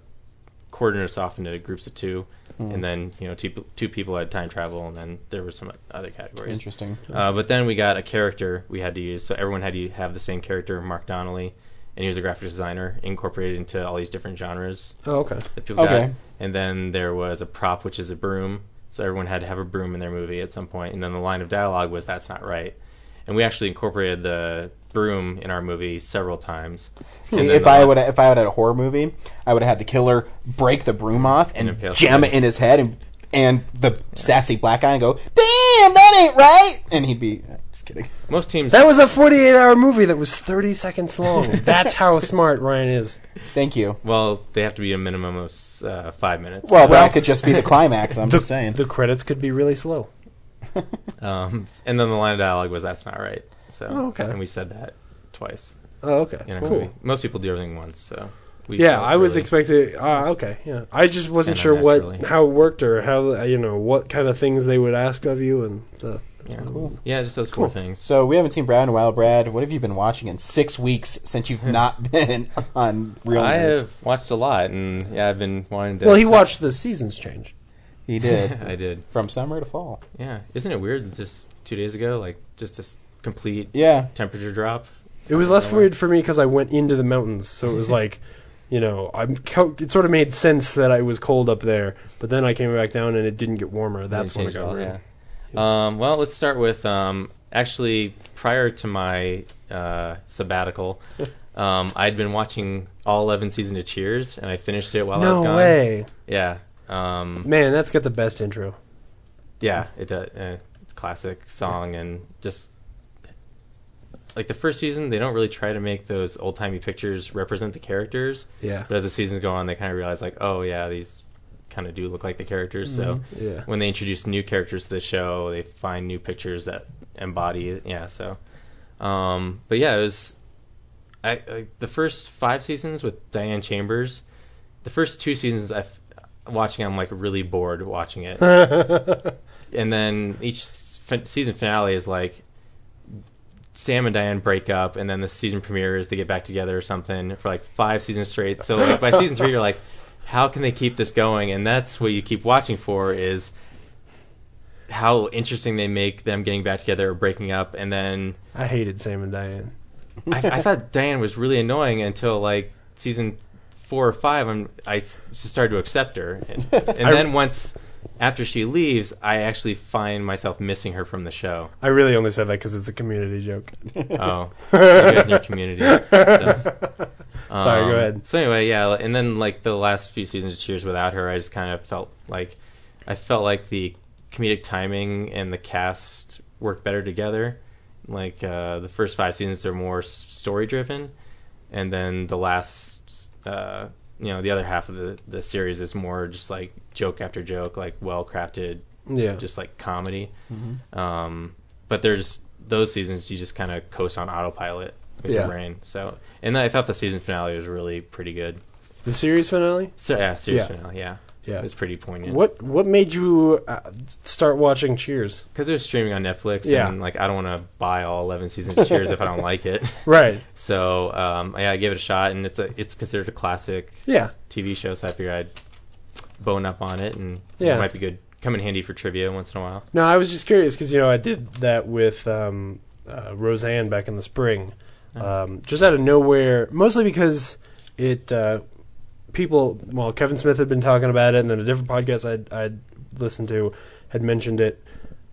S2: coordinated us off into groups of two,
S3: Mm-hmm.
S2: and then you know two two people had time travel, and then there were some other categories.
S1: Interesting.
S2: Uh, but then we got a character we had to use, so everyone had to have the same character, Mark Donnelly, and he was a graphic designer incorporated into all these different genres
S3: Oh, okay.
S2: that people
S1: Okay.
S2: got. And then there was a prop, which is a broom, so everyone had to have a broom in their movie at some point. And then the line of dialogue was "That's not right," and we actually incorporated the broom in our movie several times.
S3: Hmm.
S1: See,
S2: And then uh,
S1: if
S2: the
S1: I
S2: line-
S1: would if I would had a horror movie, I would have had the killer break the broom off and,
S2: And impale
S1: jam
S2: somebody.
S1: it in his head, and and the sassy black guy and go, "Damn, that ain't right!" And he'd be just kidding.
S2: most teams
S3: That was a 48 hour movie that was 30 seconds long. That's how smart Ryan is.
S1: Thank you.
S2: well they have to be a minimum of uh, five minutes.
S1: Well, that could just be the climax. I'm
S3: The,
S1: just saying.
S3: the credits could be really slow.
S2: Um, and then the line of dialogue was "That's not right." So
S3: Oh, okay.
S2: and we said that twice.
S3: Oh, okay.
S2: in a
S3: Cool.
S2: movie. Most people do everything once, so we
S3: Yeah,
S2: felt
S3: I was
S2: really-
S3: expecting. Ah, okay. Yeah, I just wasn't
S2: Kinda
S3: sure what
S2: naturally.
S3: how it worked or how uh, you know what kind of things they would ask of you, and so that's
S2: yeah.
S3: pretty cool.
S2: Yeah, just those four
S3: Cool.
S2: things.
S1: so we haven't seen Brad in a while. Brad, what have you been watching in six weeks since you've not been on Real
S2: I
S1: Nerds?
S2: have watched a lot, and yeah, I've been wanting to.
S3: Well, he watched the seasons change.
S1: He did
S2: I did.
S1: from summer to fall.
S2: Yeah, isn't it weird? that Just two days ago, like just this complete
S1: Yeah,
S2: temperature drop.
S3: It was less
S2: Yeah.
S3: weird for me because I went into the mountains, so it was like, you know, I'm. Co- it sort of made sense that I was cold up there, but then I came back down and it didn't get warmer. That's when it
S2: Didn't change
S3: got
S2: at all,
S3: weird.
S2: Yeah. Um, well, let's start with um, actually prior to my uh, sabbatical, um, I'd been watching all eleven season of Cheers, and I finished it while I was
S3: no
S2: gone.
S3: way,
S2: Yeah. Um,
S3: man. That's got the best intro.
S2: Yeah, it does. Uh, it's a classic song and just like the first season, they don't really try to make those old timey pictures represent the characters.
S3: Yeah.
S2: But as the seasons go on, they kind of realize like, oh yeah, these kind of do look like the characters. So
S3: Mm-hmm. Yeah.
S2: when they introduce new characters to the show, they find new pictures that embody. it. Yeah. So, um, but yeah, it was. I, I the first five seasons with Diane Chambers. The first two seasons, I f- watching, I'm like really bored watching it and then each fin- season finale is like Sam and Diane break up, and then the season premiere is they get back together or something for like five seasons straight. So like by season three, you're like, how can they keep this going? And that's what you keep watching for is how interesting they make them getting back together or breaking up, and then.
S3: I hated Sam and Diane.
S2: I, I thought Diane was really annoying until like season four or five. I'm, I s- just started to accept her, and, and
S3: I-
S2: then once after she leaves, I actually find myself missing her from the show.
S3: I really only said that because it's a community joke.
S2: Oh, you guys in your community. Stuff.
S3: Sorry,
S2: Um,
S3: go ahead.
S2: So anyway, yeah, and then like the last few seasons of Cheers without her, I just kind of felt like I felt like the comedic timing and the cast work better together. Like uh, the first five seasons are more story driven, and then the last, uh, you know, the other half of the the series is more just like joke after joke, like well crafted,
S3: Yeah. Mm-hmm.
S2: just like comedy. Um, but there's those seasons you just kind of coast on autopilot with
S3: Yeah.
S2: your brain. So, and I thought the season finale was really pretty good.
S3: The series finale.
S2: So yeah, series
S3: Yeah.
S2: finale, yeah,
S3: Yeah.
S2: it was pretty poignant.
S3: What What made you uh, start watching Cheers?
S2: because they're streaming on Netflix,
S3: Yeah.
S2: and like I don't want to buy all eleven seasons of Cheers if I don't like it.
S3: Right.
S2: So um, yeah, I gave it a shot, and it's a it's considered a classic
S3: Yeah.
S2: TV show. So I figured I'd bone up on it, and
S3: Yeah.
S2: it might be good, come in handy for trivia once in a while.
S3: No, I was just curious because you know I did that with um, uh, Roseanne back in the spring, um, just out of nowhere, mostly because it uh, people. Well, Kevin Smith had been talking about it, and then a different podcast I'd, I'd listened to had mentioned it,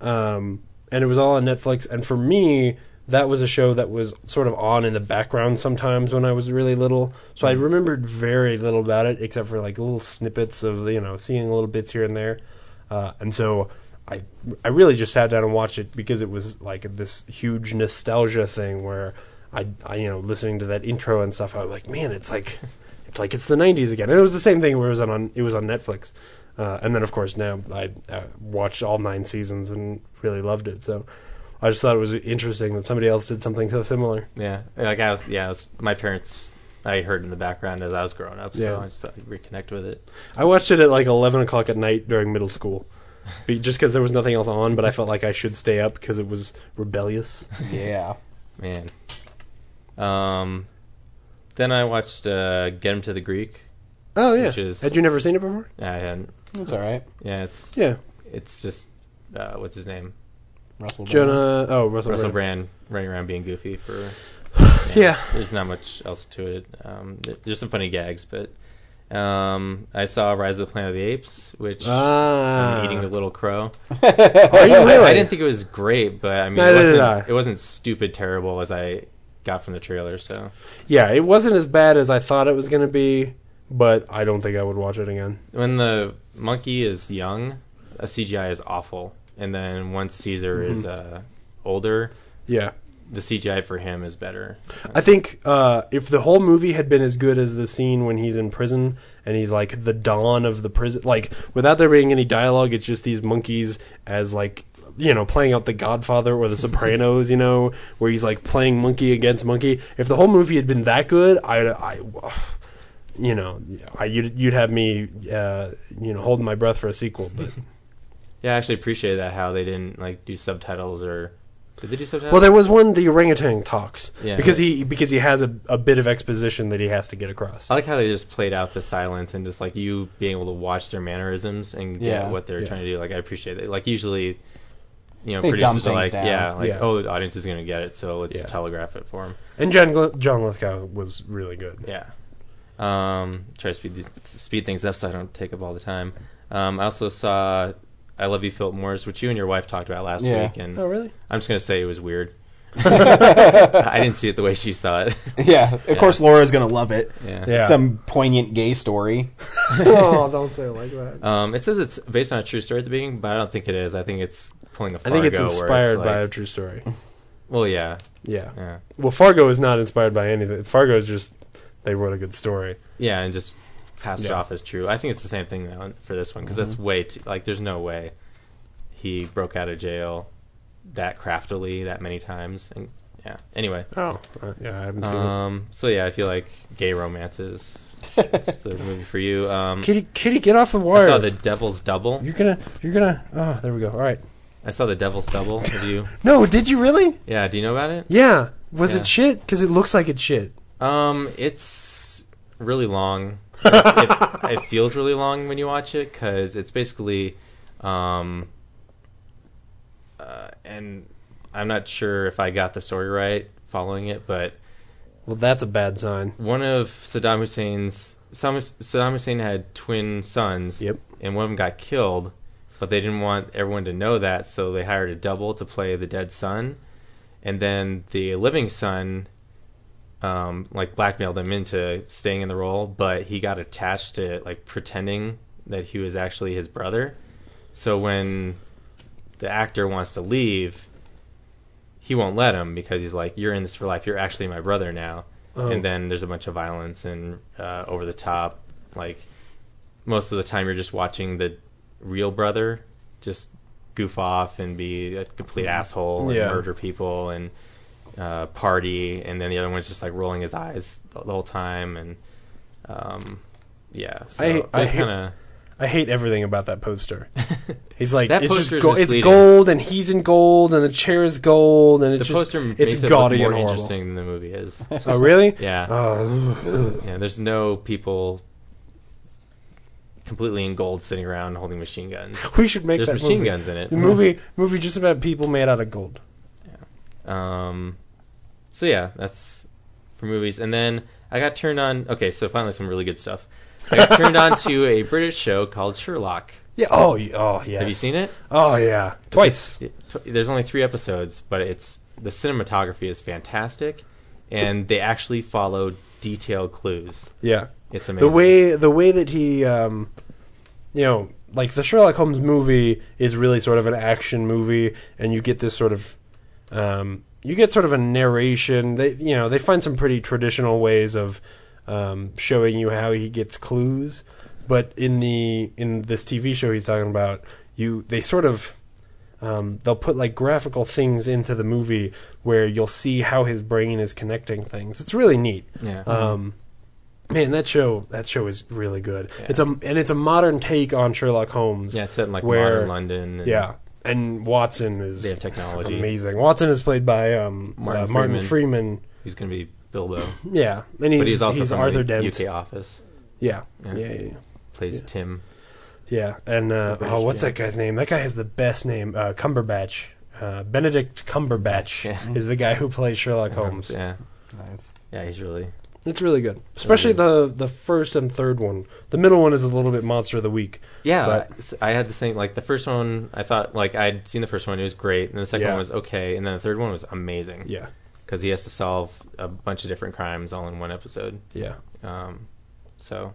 S3: um, and it was all on Netflix. And for me, that was a show that was sort of on in the background sometimes when I was really little. So I remembered very little about it, except for like little snippets of you know seeing little bits here and there, uh, and so. I I really just sat down and watched it because it was like this huge nostalgia thing where I, I you know listening to that intro and stuff I was like man it's like it's like it's the 90s again and it was the same thing where it was on, on it was on Netflix uh, and then of course now I uh, watched all nine seasons and really loved it so I just thought it was interesting that somebody else did something so similar
S2: Yeah, like I was, yeah, I was, my parents. I heard in the background as I was growing up, so
S3: Yeah.
S2: I just thought I'd reconnect with it.
S3: I watched it at like 11 o'clock at night during middle school be, just because there was nothing else on but I felt like I should stay up because it was rebellious
S1: Yeah.
S2: Man. Um, then I watched uh, Get Him to the Greek.
S3: oh yeah
S2: Which is-
S3: had you never seen it before
S2: I hadn't.
S1: That's all right.
S2: Yeah, it's
S3: yeah
S2: it's just uh, what's his name
S1: Russell Brand.
S3: Jonah. Oh, Russell,
S2: Russell
S3: Brand.
S2: Brand running around being goofy for.
S3: Yeah.
S2: there's not much else to it. Um, th- there's some funny gags, but um, I saw Rise of the Planet of the Apes, which
S3: Ah,
S2: I'm eating the little crow.
S3: Are you
S2: I-
S3: really?
S2: I, didn't think it was great, but I mean,
S3: Neither
S2: it,
S3: did
S2: wasn't,
S3: I.
S2: it wasn't stupid terrible as I got from the trailer. So
S3: yeah, it wasn't as bad as I thought it was going to be, but I don't think I would watch it again.
S2: when the monkey is young, a CGI is awful, and then once Caesar
S3: Mm-hmm.
S2: is uh, older,
S3: Yeah,
S2: the CGI for him is better.
S3: I think uh, if the whole movie had been as good as the scene when he's in prison and he's like the dawn of the prison, like without there being any dialogue, it's just these monkeys as like you know playing out the Godfather or the Sopranos, you know, where he's like playing monkey against monkey. If the whole movie had been that good, I, I, you know, I you'd, you'd have me, uh, you know, holding my breath for a sequel, but.
S2: Yeah, I actually appreciate that how they didn't like do subtitles or did they do subtitles?
S3: Well, there was one the orangutan talks
S2: Yeah.
S3: because he because he has a, a bit of exposition that he has to get across.
S2: I like how they just played out the silence and just like you being able to watch their mannerisms and get
S1: Yeah,
S2: what they're
S3: yeah.
S2: trying to do. Like I appreciate that. Like usually, you know,
S1: They dumb
S2: producers are
S1: things
S2: like,
S1: down.
S2: yeah, like
S3: Yeah.
S2: oh, the audience is gonna get it, so let's
S3: Yeah.
S2: telegraph it for them.
S3: And John Gl- John Lithgow was really good.
S2: Yeah. Um, try to speed these, speed things up so I don't take up all the time. Um, I also saw I Love You, Philip Morris, which you and your wife talked about last
S1: Yeah.
S2: week, and
S3: Oh, really?
S2: I'm just gonna say it was weird. I didn't see it the way she saw it.
S1: Yeah. Of course, Laura's gonna love it.
S3: Yeah.
S1: Some poignant gay story.
S3: oh, don't say it like that.
S2: Um, it says it's based on a true story at the beginning, but I don't think it is. I think it's pulling a
S3: I
S2: Fargo.
S3: think it's
S2: where
S3: inspired by a
S2: like-
S3: true story.
S2: Well, yeah,
S3: Yeah.
S2: yeah,
S3: Well, Fargo is not inspired by anything. Fargo is just they wrote a good story.
S2: yeah, and just passed it
S3: Yeah. Mm-hmm.
S2: off as true. I think it's the same thing though for this one because that's way too like. There's no way he broke out of jail that craftily that many times. And yeah, anyway.
S3: Oh, uh, yeah, I haven't seen
S2: Um, so yeah, I feel like gay romances. it's the movie for you. Um,
S3: it. Kitty, Kitty, get off the
S2: I
S3: wire.
S2: saw the Devil's Double.
S3: you're gonna, you're gonna. Oh, there we go. All right.
S2: I saw the Devil's Double. Have you?
S3: No, did you really?
S2: Yeah. Do you know about it?
S3: Yeah. Was
S2: Yeah.
S3: it shit? Because it looks like it's shit.
S2: Um, it's really long. it, it feels really long when you watch it because it's basically, um, uh, and I'm not sure if I got the story right following it, but
S3: Well, that's a bad sign.
S2: one of Saddam Hussein's Saddam Saddam Hussein had twin sons.
S3: Yep.
S2: And one of them got killed, but they didn't want everyone to know that, so they hired a double to play the dead son, and then the living son, um, like blackmailed him into staying in the role, but he got attached to like pretending that he was actually his brother. So when the actor wants to leave, he won't let him because he's like, "You're in this for life. You're actually my brother now."
S3: Oh.
S2: And then there's a bunch of violence and uh, over the top. Like most of the time, you're just watching the real brother just goof off and be a complete asshole and
S3: Mm-hmm. Yeah.
S2: murder people and uh, party, and then the other one's just like rolling his eyes the the whole time and. Um, yeah, so
S3: I-
S2: it
S3: I
S2: was
S3: hate-
S2: kind of
S3: I hate everything about that poster. He's like,
S2: That
S3: it's just
S2: poster is
S3: go- it's
S2: misleading.
S3: gold, and he's in gold, and the chair is gold, and
S2: the
S3: it's just
S2: poster
S3: it's
S2: makes it look
S3: gaudy
S2: more
S3: and horrible.
S2: interesting than the movie is.
S3: Oh, really?
S2: Yeah,
S3: Oh, ugh.
S2: yeah. There's no people completely in gold sitting around holding machine guns.
S3: we should make
S2: There's
S3: that
S2: machine
S3: movie.
S2: guns in
S3: The
S2: it.
S3: movie, movie just about people made out of gold.
S2: Um, so yeah, that's for movies. And then I got turned on. Okay, so finally some really good stuff. I got turned on to a British show called Sherlock.
S3: Yeah. Oh, y- oh, yes.
S2: Have you seen it?
S3: Oh, yeah. Twice.
S2: It- t- There's only three episodes, but it's the cinematography is fantastic, and they actually follow detailed clues.
S3: Yeah.
S2: It's amazing.
S3: the way the way that he um you know like the sherlock holmes movie is really sort of an action movie and you get this sort of um you get sort of a narration they you know they find some pretty traditional ways of um showing you how he gets clues but in the in this tv show he's talking about you they sort of um, they'll put like graphical things into the movie where you'll see how his brain is connecting things. It's really neat.
S2: Yeah.
S3: Um, man, that show that show is really good.
S2: Yeah.
S3: It's a and it's a modern take on Sherlock Holmes.
S2: Yeah, it's set in like
S3: where-
S2: modern London. And
S3: yeah. And Watson is
S2: They have technology.
S3: amazing. Watson is played by um,
S2: Martin
S3: uh, Martin Freeman.
S2: He's going to be Bilbo,
S3: Yeah, and he's
S2: but he's also from
S3: Arthur
S2: the
S3: Dent.
S2: UK office.
S3: Yeah.
S2: Yeah.
S3: Yeah, yeah, yeah,
S2: Plays Tim.
S3: yeah. And uh,
S2: British
S3: oh, what's
S2: guy.
S3: that guy's name? That guy has the best name, uh, Cumberbatch. Uh, Benedict Cumberbatch
S2: Yeah.
S3: is the guy who plays Sherlock Holmes.
S2: Yeah,
S1: Nice.
S2: yeah, he's really.
S3: It's really good, especially the the first and third one. The middle one is a little bit monster of the week.
S2: Yeah,
S3: But-
S2: s- I had the same. Like the first one, I thought like I'd seen the first one, it was great, and the second
S3: Yeah.
S2: one was okay, and then the third one was amazing
S3: Yeah,
S2: because he has to solve a bunch of different crimes all in one episode.
S3: yeah.
S2: Um, so,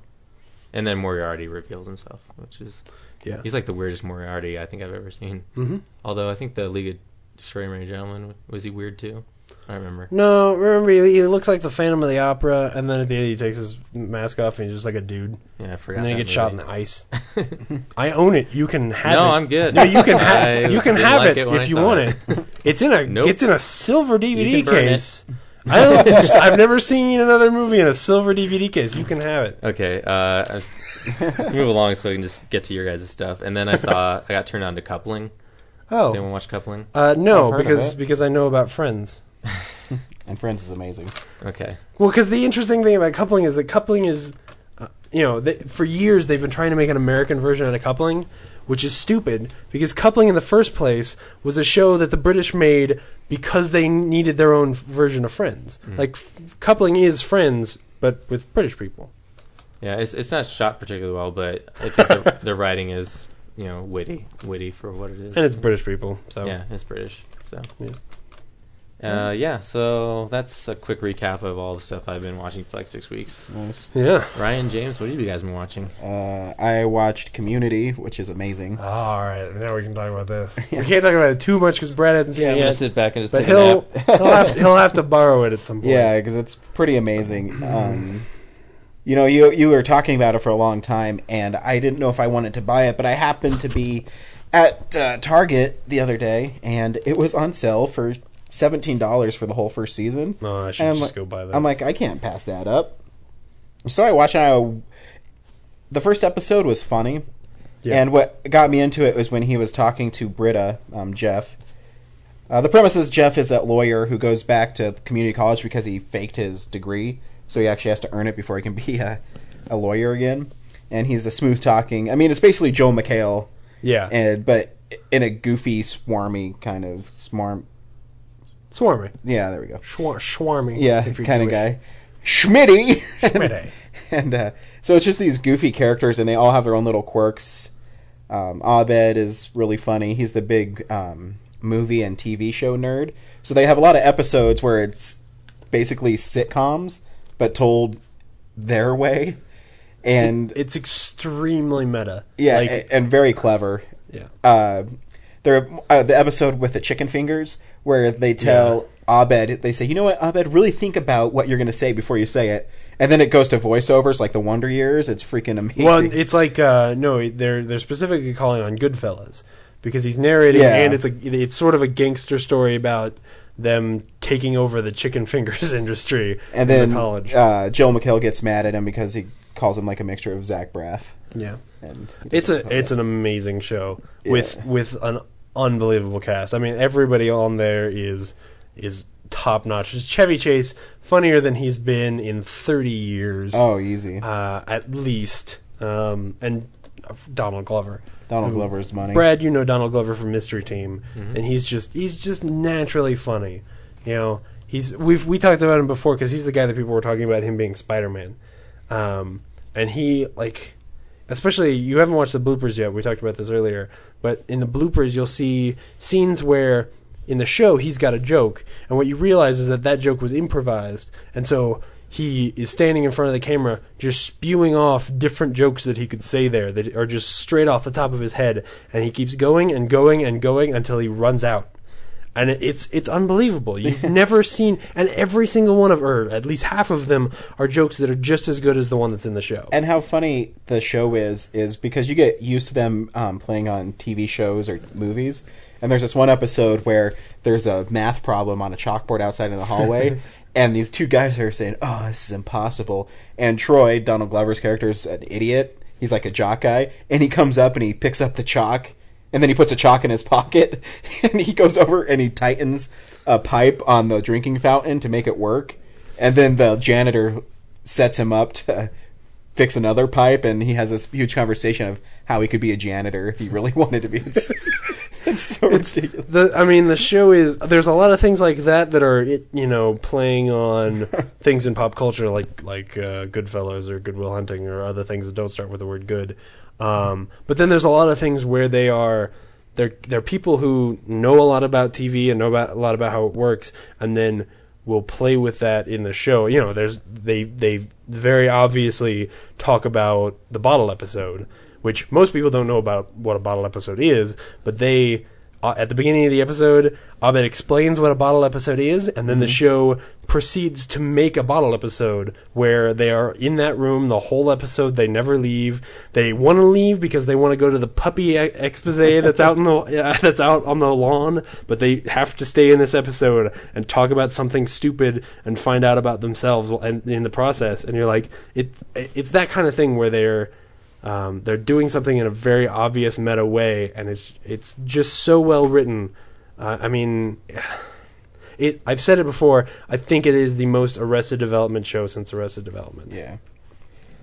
S2: and then Moriarty reveals himself, which is
S3: Yeah.
S2: he's like the weirdest Moriarty I think I've ever seen.
S3: Mm-hmm.
S2: Although I think the League of Extraordinary Gentlemen was he weird too? I don't remember.
S3: No, remember he, he looks like the Phantom of the Opera, and then at the end he takes his mask off and he's just like a dude,
S2: Yeah, I forgot.
S3: and then he
S2: that
S3: gets shot in
S2: movie.
S3: the ice. I own it. You can have
S2: no,
S3: it.
S2: I'm good.
S3: No, you can ha-
S2: I
S3: you can
S2: didn't
S3: have
S2: like
S3: it,
S2: when
S3: if
S2: I
S3: you
S2: saw
S3: want it. It's in a
S2: Nope.
S3: it's in a silver DVD
S2: can burn it.
S3: case. I don't, I've never seen another movie in a silver DVD case. You can have it.
S2: Okay, uh, let's move along so we can just get to your guys' stuff. And then I saw I got turned on to coupling. Does
S3: Oh,
S2: anyone watch coupling?
S3: uh,
S1: I've
S3: no,
S1: heard of
S3: because
S1: it.
S3: because I know about Friends.
S1: And Friends is amazing.
S2: Okay,
S3: Well, because the interesting thing about coupling is that coupling is, uh, you know, th for years they've been trying to make an American version out of coupling, which is stupid because coupling in the first place was a show that the British made because they needed their own f- version of Friends.
S1: Hmm.
S3: Like, f- coupling is Friends, but with British people.
S2: yeah, it's it's not shot particularly well, but I think the, the writing is you know witty, witty for what it is.
S3: And it's British people, so.
S2: yeah, it's British. So
S3: Yeah.
S2: yeah, uh, yeah. So that's a quick recap of all the stuff I've been watching for like six weeks.
S1: Nice.
S3: Yeah.
S2: Ryan James, what have you guys been watching?
S1: Uh, I watched Community, which is amazing.
S3: All right, now we can talk about this. We can't talk about it too much because Brad hasn't seen
S2: I'm
S3: it
S2: gonna
S3: yet.
S2: sit back and just
S3: But
S2: take a nap.
S3: he'll he'll have, he'll have to borrow it at some point.
S1: Yeah, because it's pretty amazing. Um, you know, you you were talking about it for a long time, and I didn't know if I wanted to buy it, but I happened to be at uh, Target the other day, and it was on sale for seventeen dollars for the whole first season.
S3: No, Oh, I should
S1: And I'm
S3: just
S1: like-
S3: go buy that.
S1: I'm like, I can't pass that up. So I watched. And I, the first episode was funny,
S3: Yeah.
S1: and what got me into it was when he was talking to Britta, um, Jeff. Uh, the premise is Jeff is that lawyer who goes back to community college because he faked his degree, so he actually has to earn it before he can be a, a lawyer again. And he's a smooth talking. I mean, it's basically Joe McHale,
S3: yeah.
S1: and but in a goofy, swarmy kind of swarm.
S3: Swarmy.
S1: Yeah, there we go.
S3: Schwar- Schwarmy.
S1: Yeah,
S3: if you're
S1: kind of
S3: Jewish.
S1: guy. Schmitty.
S3: Schmitty.
S1: and uh, so it's just these goofy characters, and they all have their own little quirks. Um, Abed is really funny. He's the big um, movie and TV show nerd. So they have a lot of episodes where it's basically sitcoms, but told their way, and
S3: It's extremely meta.
S1: yeah, eh,
S3: Like,
S1: a- and very clever.
S3: yeah.
S1: Uh, there, uh, the episode with the chicken fingers where they tell Abed, they say, you know what, Abed, really think about what you're going to say before you say it. And then it goes to voiceovers like the Wonder Years. It's freaking amazing.
S3: Well, it's like uh, no, they're they're specifically calling on Goodfellas because he's narrating,
S1: Yeah.
S3: and it's a it's sort of a gangster story about them taking over the chicken fingers industry
S1: and
S3: in the
S1: then
S3: college.
S1: uh, Joel McHale gets mad at him because he calls him like a mixture of Zach Braff.
S3: yeah,
S1: And he
S3: it's
S1: doesn't
S3: a
S1: know
S3: it's
S1: that.
S3: an amazing show
S1: Yeah.
S3: with with an unbelievable cast. I mean, everybody on there is is top notch. Chevy Chase funnier than he's been in thirty years.
S1: oh easy.
S3: uh, at least, um, and Donald Glover.
S1: Donald
S3: who-
S1: Glover's money.
S3: Brad, you know Donald Glover from Mystery Team, and he's just he's just naturally funny. You know, he's we've we talked about him before because he's the guy that people were talking about him being Spider Man, um, and he like. Especially, you haven't watched the bloopers yet. We talked about this earlier, but in the bloopers, you'll see scenes where, in the show, he's got a joke, and what you realize is that that joke was improvised, and so he is standing in front of the camera just spewing off different jokes that he could say there that are just straight off the top of his head and he keeps going and going and going until he runs out and it- it's it's unbelievable you've never seen and every single one of or at least half of them are jokes that are just as good as the one that's in the show
S1: and how funny the show is is because you get used to them um, playing on TV shows or movies. And there's this one episode where there's a math problem on a chalkboard outside in the hallway, and these two guys are saying, "Oh, this is impossible." And Troy, Donald Glover's character, is an idiot. He's like a jock guy, and he comes up and he picks up the chalk, and then he puts a chalk in his pocket, and he goes over and he tightens a pipe on the drinking fountain to make it work. And then the janitor sets him up to fix another pipe, and he has this huge conversation of how he could be a janitor if he really wanted to be. It's, it's so ridiculous.
S3: the I mean the show is there's a lot of things like that that are it- you know playing on things in pop culture like like uh, Goodfellas or Goodwill Hunting or other things that don't start with the word good. Um, but then there's a lot of things where they are they're they're people who know a lot about TV and know about a lot about how it works and then will play with that in the show. You know, there's they they very obviously talk about the bottle episode, which most people don't know about what a bottle episode is, but they uh, at the beginning of the episode, Abed explains what a bottle episode is, and then the show proceeds to make a bottle episode where they are in that room the whole episode. They never leave. They want to leave because they want to go to the puppy e- expose that's out in the uh, that's out on the lawn, but they have to stay in this episode and talk about something stupid and find out about themselves and in the process. And you're like, it's it's that kind of thing where they're um, they're doing something in a very obvious meta way, and it's it's just so well written. Uh, I mean, it. I've said it before. I think it is the most Arrested Development show since Arrested Development.
S1: Yeah,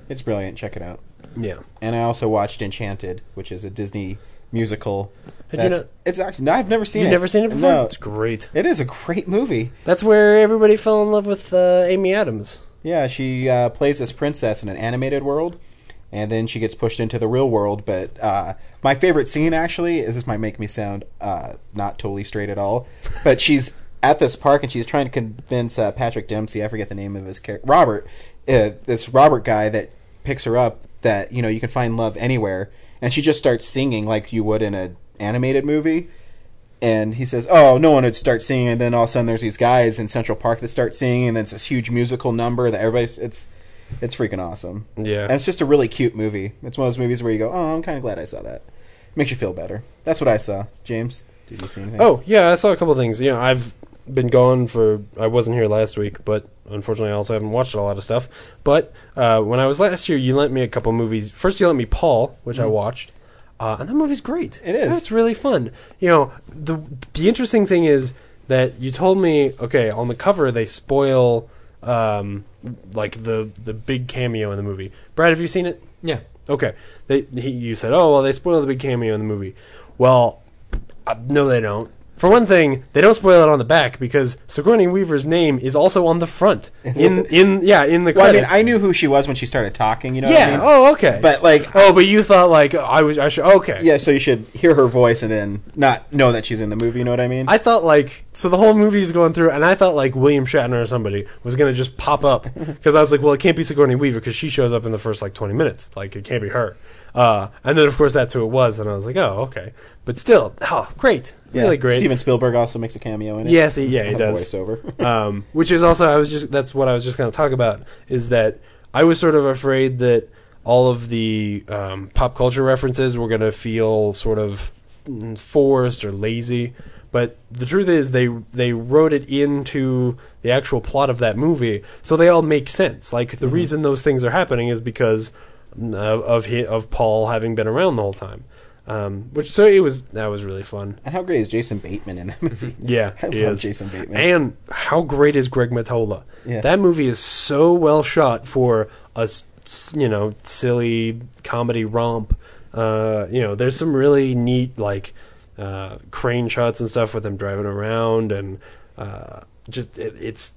S1: it's brilliant. Check it out.
S3: yeah.
S1: And I also watched Enchanted, which is a Disney musical.
S3: Had you
S1: That's-
S3: not-
S1: It's actually no, I've never seen
S3: You've
S1: it.
S3: never seen it before.
S1: No,
S3: It's great.
S1: it is a great movie.
S3: That's where everybody fell in love with uh, Amy Adams.
S1: Yeah, she uh, plays this princess in an animated world, and then she gets pushed into the real world. But uh, my favorite scene, actually, this might make me sound uh, not totally straight at all, but she's at this park and she's trying to convince uh, Patrick Dempsey, I forget the name of his character, Robert, uh, this Robert guy that picks her up, that you know you can find love anywhere, and she just starts singing like you would in an animated movie and he says, "Oh, no one would start singing." And then all of a sudden, there's these guys in Central Park that start singing, and then it's this huge musical number that everybody's. It's it's freaking awesome.
S3: Yeah.
S1: and it's just a really cute movie. It's one of those movies where you go, "Oh, I'm kind of glad I saw that." Makes you feel better. That's what I saw. James, did you see anything?
S3: Oh yeah, I saw a couple of things. You know, I've been gone for. I wasn't here last week, but unfortunately, I also haven't watched a lot of stuff. But uh, when I was last year, you lent me a couple movies. First, you lent me Paul, which I watched, uh, and that movie's great.
S1: Mm-hmm. It is.
S3: That's really fun. You know, the the interesting thing is that you told me okay on the cover they spoil um, like the the big cameo in the movie. Brad, have you seen it?
S2: Yeah.
S3: Okay. They he, you said, "Oh, well, they spoil the big cameo in the movie." Well, uh, no they don't. For one thing, they don't spoil it on the back because Sigourney Weaver's name is also on the front. In in yeah, in the
S1: well, I
S3: credits.
S1: mean, I knew who she was when she started talking. You know,
S3: Yeah.
S1: What I mean?
S3: Oh, okay.
S1: But like,
S3: oh, but you thought like oh, I was I should okay.
S1: yeah. So you should hear her voice and then not know that she's in the movie. You know what I mean?
S3: I thought like so the whole movie's going through, and I thought like William Shatner or somebody was gonna just pop up because I was like, well, it can't be Sigourney Weaver because she shows up in the first like twenty minutes, like it can't be her. Uh, and then, of course, that's who it was, and I was like, oh, okay. But still, oh, great. Really great.
S1: Steven Spielberg also makes a cameo in it.
S3: Yes, he- yeah, he
S1: A
S3: does.
S1: Voiceover.
S3: um, which is also I was just that's what I was just going to talk about is that I was sort of afraid that all of the um, pop culture references were going to feel sort of mm, forced or lazy, but the truth is they they wrote it into the actual plot of that movie, so they all make sense. Like the reason those things are happening is because mm, of of, hi of Paul having been around the whole time. Um, which so it was that was really fun.
S1: and how great is Jason Bateman in that movie?
S3: Yeah,
S1: I
S3: he
S1: love
S3: is.
S1: Jason Bateman.
S3: And how great is Greg Matola?
S1: Yeah.
S3: That movie is so well shot for a s- s- you know silly comedy romp. Uh, you know, there's some really neat like uh, crane shots and stuff with them driving around, and uh, just it, it's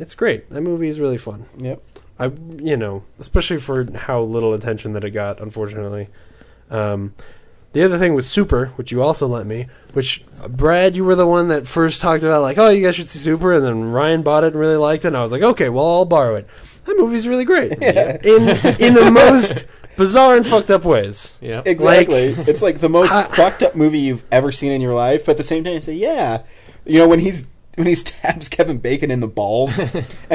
S3: it's great. That movie is really fun.
S1: yep.
S3: I you know, especially for how little attention that it got, unfortunately. Um, the other thing was Super, which you also lent me. Which uh, Brad, you were the one that first talked about, like, oh, you guys should see Super, and then Ryan bought it and really liked it, and I was like, okay, well, I'll borrow it. That movie's really great in in the most bizarre and fucked up ways.
S2: Yeah.
S1: Exactly. it's like the most
S3: I-
S1: fucked up movie you've ever seen in your life, but at the same time, you say, yeah. You know, when he's when he stabs Kevin Bacon in the balls, and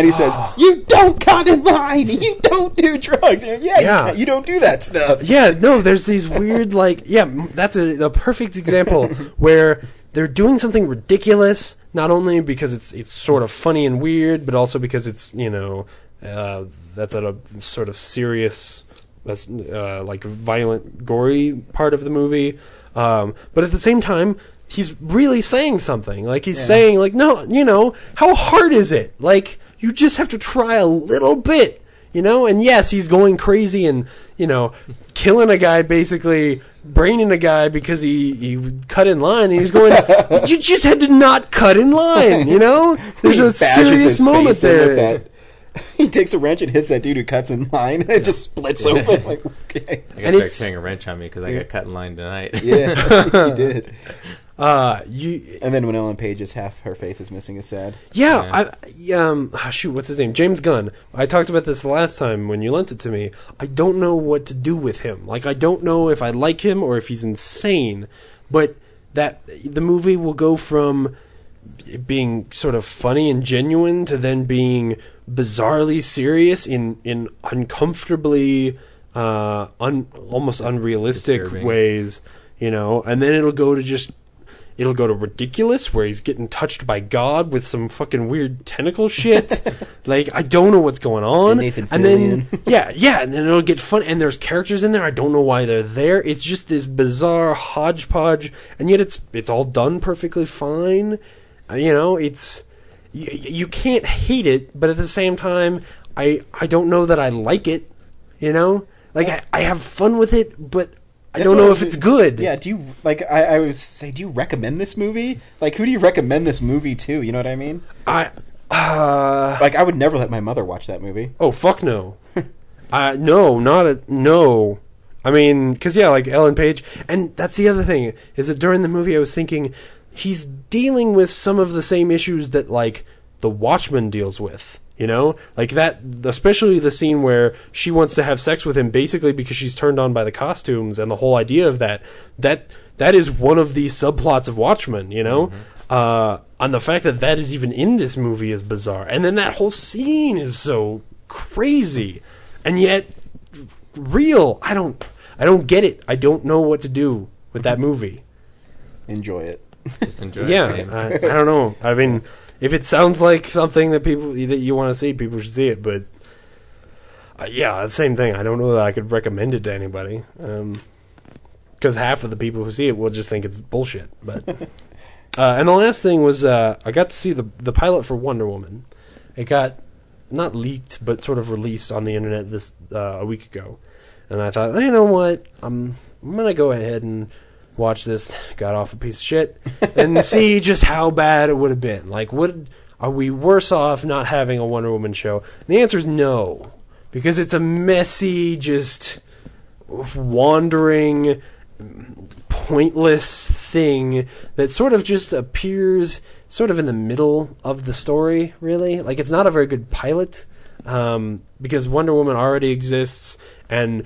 S1: he says,
S3: Ah.
S1: "You don't cut in line. You don't do drugs. You're like, yeah,
S3: Yeah.
S1: yeah. You, don't do that stuff."
S3: yeah, no, there's these weird like yeah, m- that's a, a perfect example where they're doing something ridiculous, not only because it's it's sort of funny and weird, but also because it's you know uh, that's at a sort of serious, that's, uh, like violent, gory part of the movie. Um, but at the same time, he's really saying something. Like he's saying like no, you know, how hard is it? Like you just have to try a little bit you know and yes he's going crazy and you know killing a guy basically braining a guy because he he cut in line and he's going you just had to not cut in line you know there's
S1: He
S3: a
S1: bashes
S3: serious
S1: his
S3: moment
S1: face in
S3: there
S1: with that. He takes a wrench and hits that dude who cuts in line, and it just splits open. Like, okay,
S2: I
S3: And
S2: guess they're
S3: it's-
S2: carrying a wrench on me because I got cut in line tonight.
S1: yeah, he did.
S3: uh you
S1: And then when Ellen Page is half her face is missing, is sad.
S3: yeah, I um ah, shoot what's his name James Gunn I talked about this the last time when you lent it to me I don't know what to do with him like I don't know if I like him or if he's insane but that the movie will go from it being sort of funny and genuine to then being bizarrely serious in in uncomfortably uh un, almost unrealistic
S2: Disturbing.
S3: ways you know and then it'll go to just it'll go to ridiculous where he's getting touched by god with some fucking weird tentacle shit like i don't know what's going on
S1: And Nathan
S3: and then
S1: Fillion.
S3: yeah yeah and then it'll get fun and there's characters in there i don't know why they're there it's just this bizarre hodgepodge and yet it's it's all done perfectly fine Uh, you know it's you, you can't hate it but at the same time i i don't know that i like it you know like i, I have fun with it but i
S1: That's
S3: don't
S1: what
S3: know
S1: was-
S3: if it's good
S1: Yeah, do you like? I, I would say, do you recommend this movie? Like, who do you recommend this movie to? You know what I mean?
S3: i uh
S1: Like, I would never let my mother watch that movie.
S3: Oh fuck no. uh, no, not a no. I mean, because yeah, like Ellen Page, and that's the other thing is that during the movie, I was thinking he's dealing with some of the same issues that like the Watchman deals with. You know, like that, especially the scene where she wants to have sex with him, basically because she's turned on by the costumes and the whole idea of that. That that is one of the subplots of Watchmen. You know, uh, and the fact that that is even in this movie is bizarre. And then that whole scene is so crazy and yet real. I don't I don't get it. I don't know what to do with that movie.
S1: Enjoy it.
S2: Just enjoy it,
S3: yeah,
S2: James.
S3: I, I don't know. I mean, if it sounds like something that people that you want to see, people should see it. But uh, yeah, same thing. I don't know that I could recommend it to anybody because half of the people who see it will just think it's bullshit. But uh, and the last thing was uh, I got to see the the pilot for Wonder Woman. It got not leaked, but sort of released on the internet this uh, a week ago, and I thought, you know what, I'm I'm gonna go ahead and watch this god awful piece of shit and see just how bad it would have been. Like, would are we worse off not having a Wonder Woman show? And the answer is no, because it's a messy, just wandering, pointless thing that sort of just appears sort of in the middle of the story, really. Like, it's not a very good pilot um, because Wonder Woman already exists and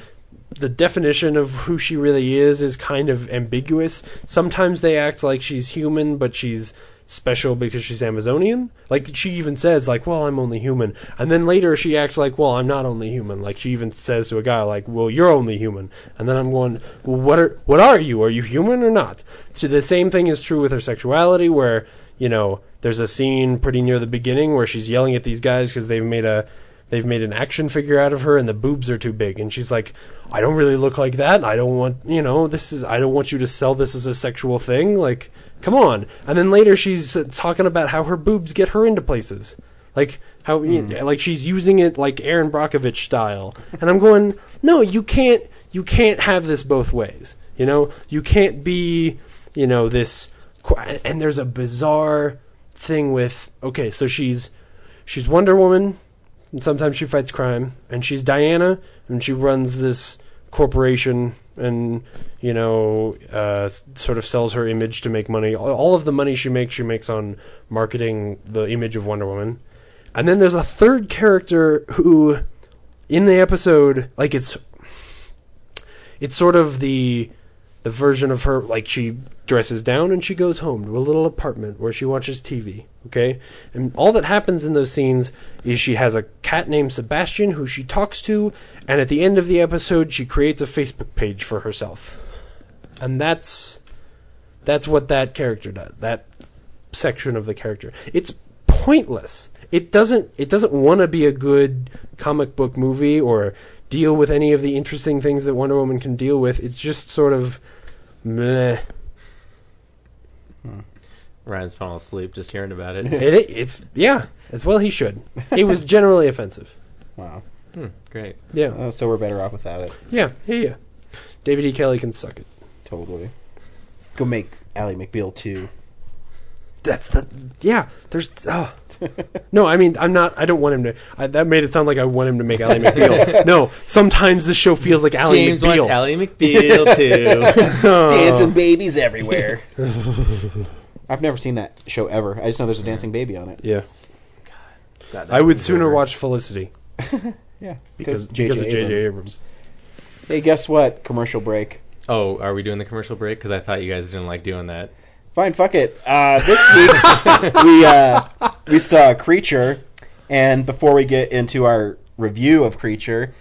S3: the definition of who she really is is kind of ambiguous. Sometimes they act like she's human, but she's special because she's Amazonian. Like she even says, like, "Well, I'm only human," and then later she acts like, "Well, I'm not only human." Like she even says to a guy, like, "Well, you're only human," and then I'm going, well, "What are what are you? Are you human or not?" So the same thing is true with her sexuality, where you know there's a scene pretty near the beginning where she's yelling at these guys because they've made a they've made an action figure out of her and the boobs are too big and she's like i don't really look like that i don't want you know this is i don't want you to sell this as a sexual thing like come on and then later she's uh, talking about how her boobs get her into places like how like she's using it like aaron brockovich style and i'm going no you can't you can't have this both ways you know you can't be you know this qu- and there's a bizarre thing with okay so she's she's wonder woman and sometimes she fights crime and she's diana and she runs this corporation and you know uh, s- sort of sells her image to make money all all of the money she makes she makes on marketing the image of wonder woman and then there's a third character who in the episode like it's it's sort of the the version of her like she dresses down and she goes home to a little apartment where she watches TV, okay? And all that happens in those scenes is she has a cat named Sebastian who she talks to and at the end of the episode she creates a Facebook page for herself. And that's that's what that character does. That section of the character. It's pointless. It doesn't it doesn't want to be a good comic book movie or deal with any of the interesting things that Wonder Woman can deal with. It's just sort of meh.
S2: Ryan's falling asleep just hearing about it.
S3: It, it's yeah, as well he should. It was generally offensive.
S1: Wow.
S2: hmm, great.
S3: Yeah,
S1: Oh, so we're better off without it.
S3: yeah, yeah, yeah. David E. Kelly can suck it.
S1: Totally. Go make Ally McBeal two.
S3: That's the yeah. There's oh. no. I mean, I'm not. I don't want him to. I, that made it sound like I want him to make Ally McBeal. no. Sometimes the show feels like Ally
S2: James
S3: McBeal.
S2: wants Ally McBeal too.
S1: Dancing babies everywhere. I've never seen that show ever. I just know there's a dancing baby on it.
S3: yeah.
S2: God, that
S3: I would
S2: thing's
S3: sooner
S2: over.
S3: watch Felicity
S1: Yeah,
S3: because because of J.J.
S1: Abrams.
S3: Abrams.
S1: Hey, guess what? Commercial break.
S2: Oh, are we doing the commercial break? Because I thought you guys didn't like doing that.
S1: Fine, fuck it. Uh, this week we uh, we saw Creature, and before we get into our review of Creature,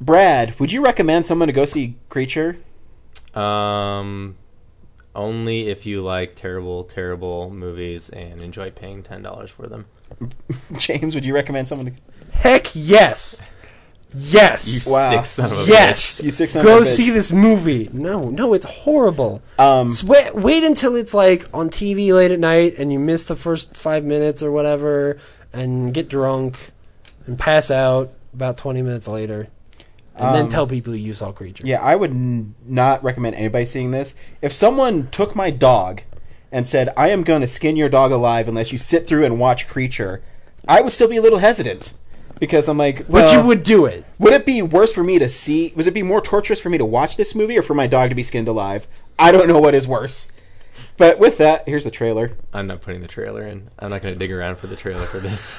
S1: Brad, would you recommend someone to go see Creature?
S2: Um, only if you like terrible, terrible movies and enjoy paying ten dollars for them.
S1: James, would you recommend someone to
S3: Heck yes, yes,
S2: You
S1: Wow.
S2: sick son of a
S3: yes.
S1: you six? son of a
S3: Go
S1: bitch.
S3: see this movie. No, no, it's horrible.
S1: Um,
S3: S- wait, wait until it's like on TV late at night and you miss the first five minutes or whatever and get drunk and pass out about 20 minutes later. And then
S1: Um,
S3: tell people you saw Creature.
S1: Yeah, I would n- not recommend anybody seeing this. If someone took my dog and said, "I am going to skin your dog alive unless you sit through and watch Creature," I would still be a little hesitant because I'm like, well,
S3: But you would do it.
S1: Would it be worse for me to see? Would it be more torturous for me to watch this movie or for my dog to be skinned alive? I don't know what is worse. But with that, here's the trailer.
S2: I'm not putting the trailer in. I'm not going to dig around for the trailer for this.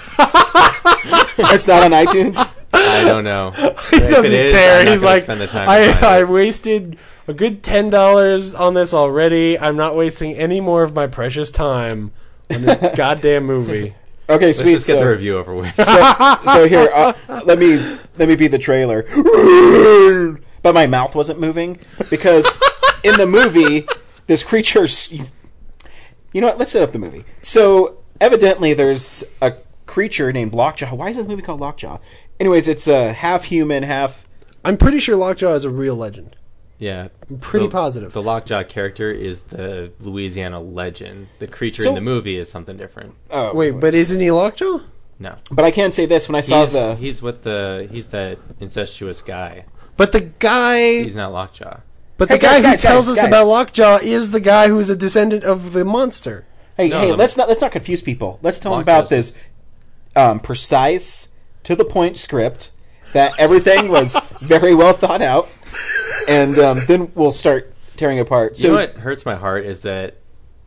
S1: It's not on iTunes.
S2: I don't know.
S3: He
S2: If
S3: doesn't
S2: it is,
S3: care.
S2: I'm not
S3: He's
S2: gonna
S3: like,
S2: spend the time to find
S3: I, I
S2: it."
S3: wasted a good ten dollars on this already. I'm not wasting any more of my precious time on this goddamn movie.
S1: Okay,
S2: Let's
S1: sweet.
S2: just get
S1: so,
S2: the review over with.
S1: so, so here, uh, let me let me be the trailer. But my mouth wasn't moving because in the movie, this creature. s- You know what? Let's set up the movie. So evidently, there's a creature named Lockjaw. Why is this movie called Lockjaw? Anyways, it's a half human, half
S3: I'm pretty sure Lockjaw is a real legend.
S2: Yeah,
S3: pretty
S2: The-
S3: positive.
S2: The Lockjaw character is the Louisiana legend. The creature
S1: So-
S2: in the movie is something different.
S1: Oh,
S3: Wait, but isn't he Lockjaw?
S2: No,
S1: But I can say this: when I saw
S2: he's,
S1: the
S2: he's with the he's that incestuous guy.
S3: But the guy
S2: He's not Lockjaw.
S3: But
S1: Hey,
S3: the guy
S1: guys,
S3: who
S1: guys,
S3: tells
S1: guys,
S3: us
S1: guys.
S3: about Lockjaw is the guy who is a descendant of the monster.
S1: hey,
S2: No,
S1: hey,
S2: the-
S1: let's not let's not confuse people. Let's tell them
S2: Lock
S1: about
S2: goes-
S1: this um, precise, to the point script that everything was very well thought out, and um, then we'll start tearing apart. So
S2: you know what hurts my heart is that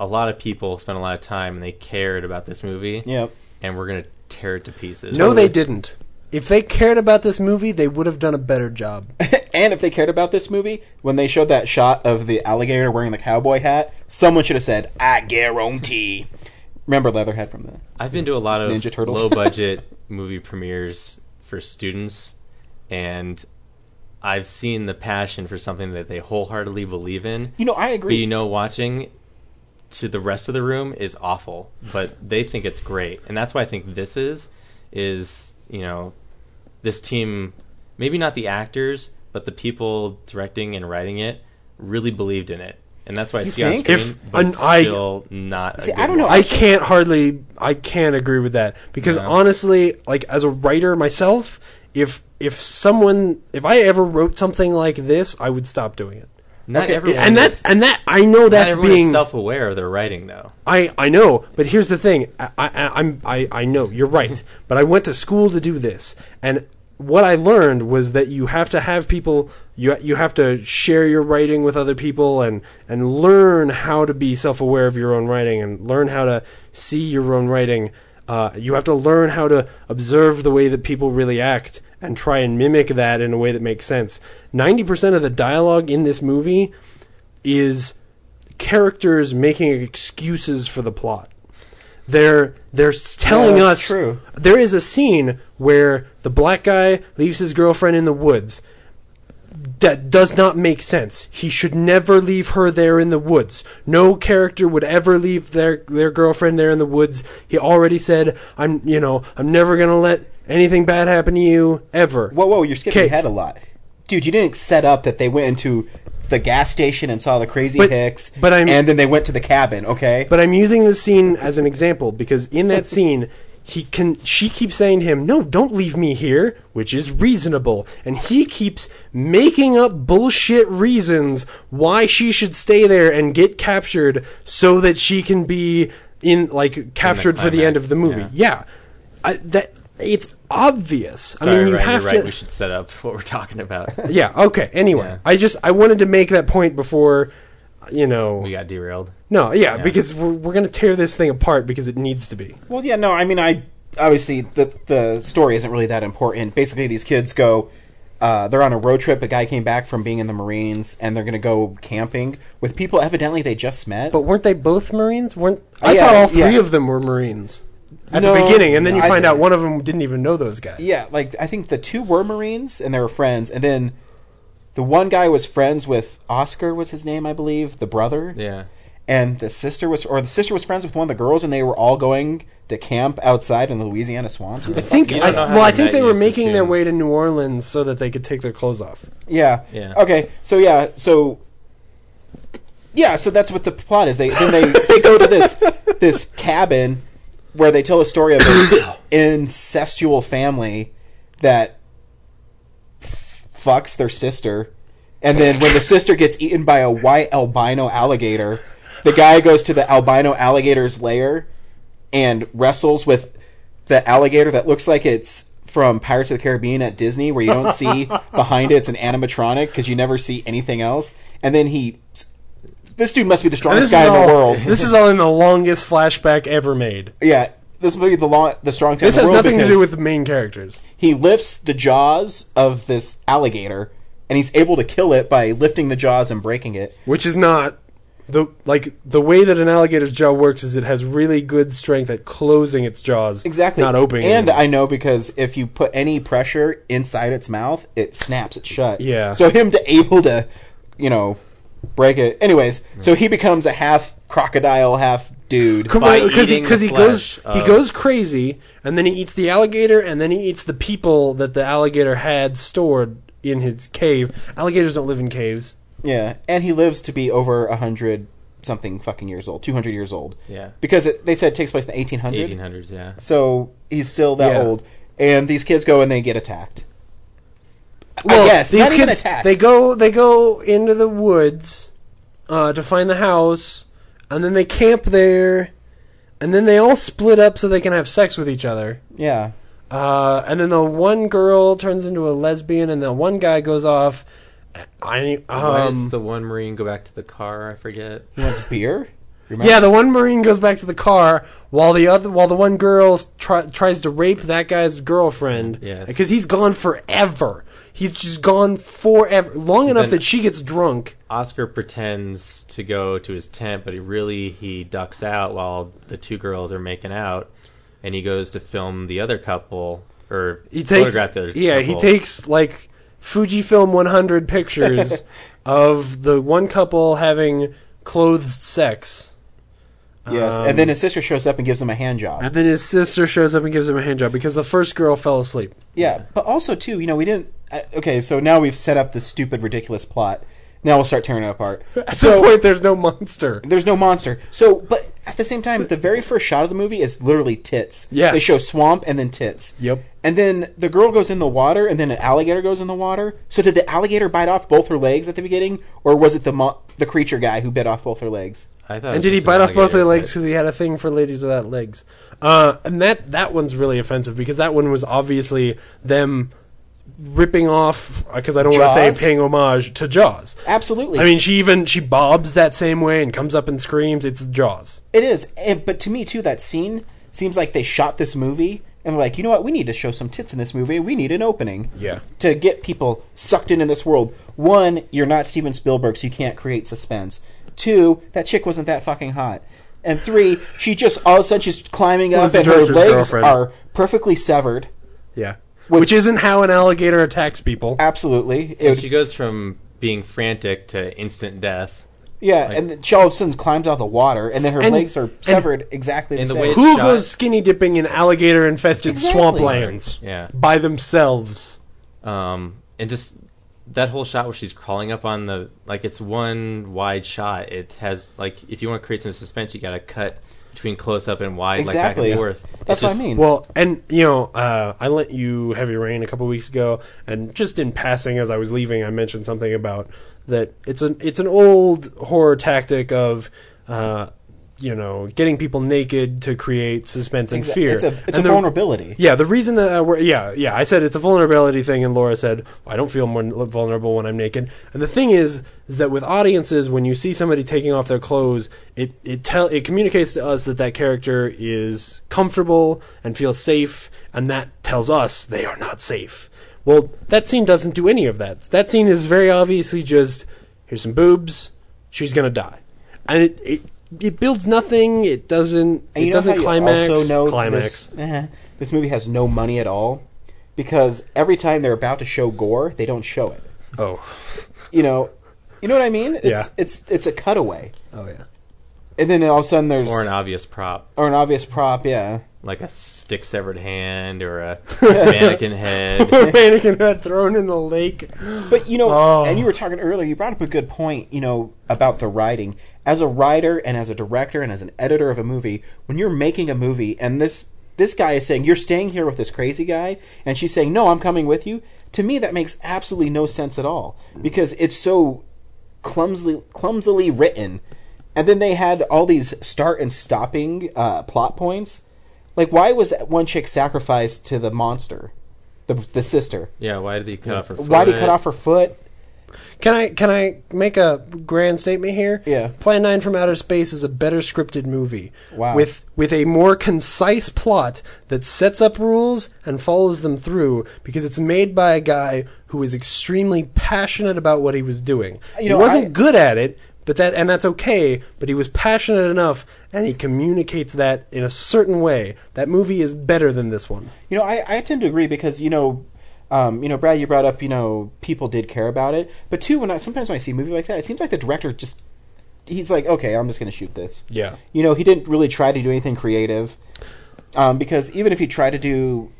S2: a lot of people spent a lot of time and they cared about this movie.
S1: yeah,
S2: and we're gonna tear it to pieces.
S3: No, they didn't. If they cared about this movie, they would have done a better job.
S1: and And if they cared about this movie, when they showed that shot of the alligator wearing the cowboy hat, someone should have said, "I guarantee." Remember Leatherhead from the
S2: I've been to a lot of
S1: Ninja Turtles.
S2: low budget movie premieres for students, and I've seen the passion for something that they wholeheartedly believe in.
S1: You know, I
S2: But
S1: agree.
S2: you know, watching to the rest of the room is awful, but they think it's great, and that's why I think this is is you know this team, maybe not the actors, but the people directing and writing it really believed in it, and that's why I
S1: You
S2: see it on
S1: think?
S2: screen,
S3: If-
S2: but
S3: an- I-
S2: still not. a
S1: See, I
S2: good
S1: don't know.
S2: one.
S3: I can't hardly I can't agree with that because
S2: No.
S3: honestly, like as a writer myself, if if someone if I ever wrote something like this, I would stop doing it.
S2: Not
S1: Okay,
S2: everyone
S3: and
S2: is-
S3: that and that I know that's
S2: not everyone
S3: being
S2: is self-aware of their writing, though.
S3: I I know, but here's the thing. I, I I'm I I know you're right, but I went to school to do this, and what I learned was that you have to have people you you have to share your writing with other people and and learn how to be self-aware of your own writing and learn how to see your own writing. Uh, you have to learn how to observe the way that people really act and try and mimic that in a way that makes sense. Ninety percent of the dialogue in this movie is characters making excuses for the plot. They're they're s- telling
S1: Yeah, that's
S3: us
S1: true.
S3: there is a scene where the black guy leaves his girlfriend in the woods. That does not make sense. He should never leave her there in the woods. No character would ever leave their their girlfriend there in the woods. He already said, "I'm, you know, I'm never gonna let anything bad happen to you ever."
S1: Whoa, whoa, you're skipping
S3: 'Kay.
S1: ahead a lot. Dude, you didn't set up that they went into the gas station and saw the crazy
S3: But-
S1: hicks,
S3: but I'm-
S1: and then they went to the cabin, okay?
S3: But I'm using this scene as an example because in that scene, he can she keeps saying to him, "No, don't leave me here," which is reasonable, and he keeps making up bullshit reasons why she should stay there and get captured so that she can be in like captured for the end
S2: climax,
S3: of the movie. Yeah, I, that it's obvious.
S2: Sorry,
S3: I mean, you
S2: Ryan,
S3: have
S2: you're right.
S3: to
S2: We should set up what we're talking about.
S3: Yeah, okay. Anyway,
S2: Yeah.
S3: I just I wanted to make that point before you know.
S2: we got derailed.
S3: no, yeah, because we're, we're going to tear this thing apart because it needs to be.
S1: Well, yeah, no, I mean, I obviously the the story isn't really that important. Basically, these kids go, uh, they're on a road trip. A guy came back from being in the Marines, and they're gonna go camping with people evidently they just met.
S3: But weren't they both Marines? Weren't I
S1: Yeah,
S3: thought all three
S1: yeah.
S3: of them were Marines at
S1: No,
S3: the beginning, and then you
S1: I-
S3: find out one of them didn't even know those guys.
S1: yeah, like I think the two were Marines and they were friends, and then the one guy was friends with Oscar was his name, I believe, the brother.
S2: Yeah.
S1: and the sister was or the sister was friends with one of the girls and they were all going to camp outside in the Louisiana swamps.
S3: I think.
S2: You don't
S3: I,
S2: know how
S3: well, I
S2: they
S3: think
S2: met,
S3: they
S2: you
S3: were
S2: just
S3: making their
S2: assume.
S3: way to New Orleans so that they could take their clothes off.
S1: Yeah.
S2: Yeah.
S1: Okay. So yeah. So yeah. So that's what the plot is. They then they, they go to this this cabin where they tell a story of an incestual family that f- fucks their sister, and then when the sister gets eaten by a white albino alligator, the guy goes to the albino alligator's lair and wrestles with the alligator that looks like it's from Pirates of the Caribbean at Disney, where you don't see behind it, it's an animatronic because you never see anything else. And then he, this dude must be the
S3: This
S1: strongest
S3: is
S1: guy in
S3: all-
S1: the world.
S3: This is all in the longest flashback ever made.
S1: yeah, this might be the long, the strongest. guy
S3: This
S1: in
S3: has
S1: the world
S3: nothing to do
S1: because
S3: with the main characters.
S1: He lifts the jaws of this alligator, and he's able to kill it by lifting the jaws and breaking it.
S3: which is not the like the way that an alligator's jaw works is it has really good strength at closing its jaws,
S1: Exactly.
S3: not opening.
S1: And
S3: them.
S1: I know because if you put any pressure inside its mouth, it snaps it shut.
S3: Yeah.
S1: So him to able to, you know, break it. Anyways, so he becomes a half crocodile, half dude.
S3: Come
S2: by
S3: on, because he,
S2: eating
S3: 'cause
S2: the
S3: he goes
S2: flesh
S3: he
S2: of-
S3: goes crazy, and then he eats the alligator, and then he eats the people that the alligator had stored in his cave. Alligators don't live in caves.
S1: Yeah. And he lives to be over a hundred something fucking years old, two hundred years old.
S2: Yeah.
S1: Because it, they said it takes place in the eighteen
S2: Eighteen
S1: hundred.
S2: hundreds. Yeah.
S1: So he's still that
S3: Yeah.
S1: old. And these kids go and they get attacked.
S3: Well,
S1: guess.
S3: these
S1: Not even
S3: kids
S1: attacked.
S3: they go they go into the woods uh, to find the house, and then they camp there, and then they all split up so they can have sex with each other.
S1: Yeah.
S3: Uh, and then the one girl turns into a lesbian, and the one guy goes off. I
S2: Why does
S3: um,
S2: the one marine go back to the car? I forget.
S1: He wants beer? Remember?
S3: yeah, the one marine goes back to the car while the other while the one girl s- try, tries to rape that guy's girlfriend.
S2: Yes.
S3: because he's gone forever. He's just gone forever, long enough
S2: Then-
S3: that she gets drunk.
S2: Oscar pretends to go to his tent, but he really he ducks out while the two girls are making out, and he goes to film the other couple or
S3: He takes,
S2: photograph the other
S3: yeah, he
S2: couple.
S3: takes like Fujifilm 100 pictures of the one couple having clothed sex.
S1: Yes,
S3: Um,
S1: and then his sister shows up and gives him a hand job.
S3: And then his sister shows up and gives him a hand job because the first girl fell asleep.
S1: Yeah, but also too, you know, we didn't. I, okay, so now we've set up this stupid, ridiculous plot. Now we'll start tearing it apart.
S3: At this
S1: So
S3: point, there's no monster.
S1: there's no monster. So, but at the same time, the very first shot of the movie is literally tits.
S3: Yes.
S1: they show swamp and then tits.
S3: Yep.
S1: And then the girl goes in the water, and then an alligator goes in the water. So did the alligator bite off both her legs at the beginning, or was it the mo- the creature guy who bit off both her legs?
S2: I thought it
S3: And
S2: was
S3: did he
S2: Oh, just an
S3: bite off both
S2: alligator,
S3: their legs
S2: but-
S3: because he had a thing for ladies without legs? Uh, and that that one's really offensive because that one was obviously them ripping off because I don't want to
S1: Jaws?
S3: say paying homage to Jaws.
S1: Absolutely.
S3: I mean, she even she bobs that same way and comes up and screams. It's Jaws.
S1: It is, and, but to me too, that scene seems like they shot this movie and were like, you know what, we need to show some tits in this movie. We need an opening,
S3: Yeah.
S1: to get people sucked into this world. One, you're not Steven Spielberg, so you can't create suspense. Two, that chick wasn't that fucking hot. And three, she just all of a sudden she's climbing
S3: Well,
S1: up
S3: it's the
S1: and her
S3: director's
S1: legs
S3: girlfriend.
S1: are perfectly severed.
S3: Yeah, which, isn't how an alligator attacks people.
S1: Absolutely, it
S2: She
S1: would,
S2: goes from being frantic to instant death.
S1: yeah. and then she all of a sudden climbs out of the water, and then her
S3: And-
S1: legs are
S3: and-
S1: severed exactly the,
S2: and the
S1: same.
S2: way-
S3: Who
S2: shot-
S3: goes skinny dipping in alligator infested
S1: Exactly.
S3: swamplands?
S2: Yeah.
S3: by themselves.
S2: um, and just that whole shot where she's crawling up on the like it's one wide shot. It has like if you want to create some suspense, you got to cut between close up and wide, like back
S1: Exactly.
S2: and forth.
S1: That's
S2: It's
S1: what I
S2: just-
S1: mean.
S3: Well, and you know, uh, I lent you Heavy Rain a couple weeks ago, and just in passing, as I was leaving, I mentioned something about that. It's an it's an old horror tactic of. Uh, you know, getting people naked to create suspense and
S1: Exa-
S3: fear.
S1: it's a it's a
S3: And the-
S1: vulnerability.
S3: Yeah, the reason that I, wor- yeah yeah I said it's a vulnerability thing, and Laura said I don't feel more vulnerable when I'm naked. And the thing is, is that with audiences, when you see somebody taking off their clothes, it it tell it communicates to us that that character is comfortable and feels safe, and that tells us they are not safe. Well, that scene doesn't do any of that. That scene is very obviously just here's some boobs, she's gonna die, and it. it it builds nothing. It doesn't.
S1: And
S3: It
S1: you know how
S3: doesn't
S1: you
S3: climax.
S1: also know
S3: climax.
S1: This, eh, this movie has no money at all because every time they're about to show gore, they don't show it.
S3: Oh.
S1: You know, you know what I mean? It's
S3: Yeah.
S1: it's it's a cutaway,
S3: Oh yeah.
S1: and then all of a sudden there's
S2: Or an obvious prop,
S1: or an obvious prop. Yeah,
S2: like a stick severed hand or a mannequin head.
S3: Mannequin had thrown in the lake.
S1: but you know,
S3: Oh.
S1: and you were talking earlier. You brought up a good point. You know about the writing as a writer and as a director and as an editor of a movie. When you're making a movie, and this this guy is saying you're staying here with this crazy guy, and she's saying no, I'm coming with you. To me, that makes absolutely no sense at all because it's so clumsily clumsily written. And then they had all these start and stopping uh, plot points. Like, why was that one chick sacrificed to the monster, the the sister?
S2: Yeah, why did he cut off her? Foot?
S1: Why did he cut off her foot?
S3: Can I can I make a grand statement here?
S1: Yeah.
S3: Plan Nine from Outer Space is a better scripted movie.
S1: Wow.
S3: With with a more concise plot that sets up rules and follows them through because it's made by a guy who is extremely passionate about what he was doing.
S1: You know,
S3: he wasn't
S1: I-
S3: good at it, but that and that's okay, but he was passionate enough and he communicates that in a certain way. That movie is better than this one.
S1: You know, I, I tend to agree because you know, um, you know, Brad, you brought up you know people did care about it, but two, when I sometimes when I see a movie like that, it seems like the director just he's like, okay, I'm just going to shoot this.
S3: Yeah.
S1: You know, he didn't really try to do anything creative um, because even if he tried to do,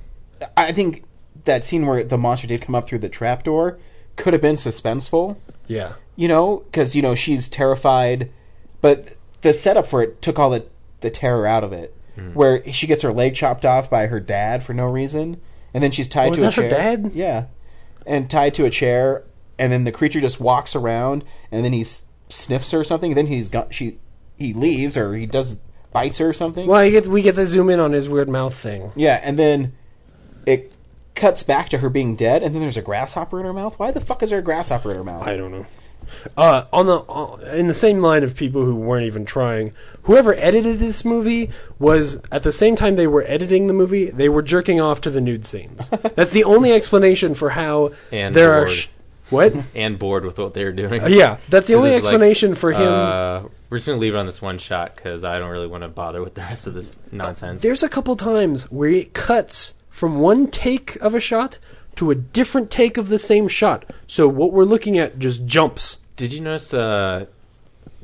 S1: I think that scene where the monster did come up through the trapdoor could have been suspenseful
S3: Yeah.
S1: you know, because you know she's terrified, but the setup for it took all the the terror out of it.
S3: Mm.
S1: Where she gets her leg chopped off by her dad for no reason, and then she's tied to
S3: Oh, is
S1: a
S3: that her
S1: chair.
S3: dad?
S1: Yeah, and tied to a chair, and then the creature just walks around, and then he s- sniffs her or something. And then he's got she he leaves or he does bites her or something.
S3: Well, he gets, we get to zoom in on his weird mouth thing.
S1: Yeah, and then it cuts back to her being dead, and then there's a grasshopper in her mouth. Why the fuck is there a grasshopper in her mouth?
S3: don't know. Uh, on the uh, in the same line of people who weren't even trying, whoever edited this movie was at the same time they were editing the movie, they were jerking off to the nude scenes. That's the only explanation for how
S2: And
S3: there are
S2: bored.
S3: sh- what?
S2: and bored with what they were doing.
S3: Uh, yeah, that's the
S2: 'Cause
S3: only
S2: it's like,
S3: explanation for him.
S2: Uh, we're just gonna leave it on this one shot because I don't really want to bother with the rest of this nonsense.
S3: There's a couple times where it cuts from one take of a shot to a different take of the same shot. So what we're looking at just jumps.
S2: Did you notice uh,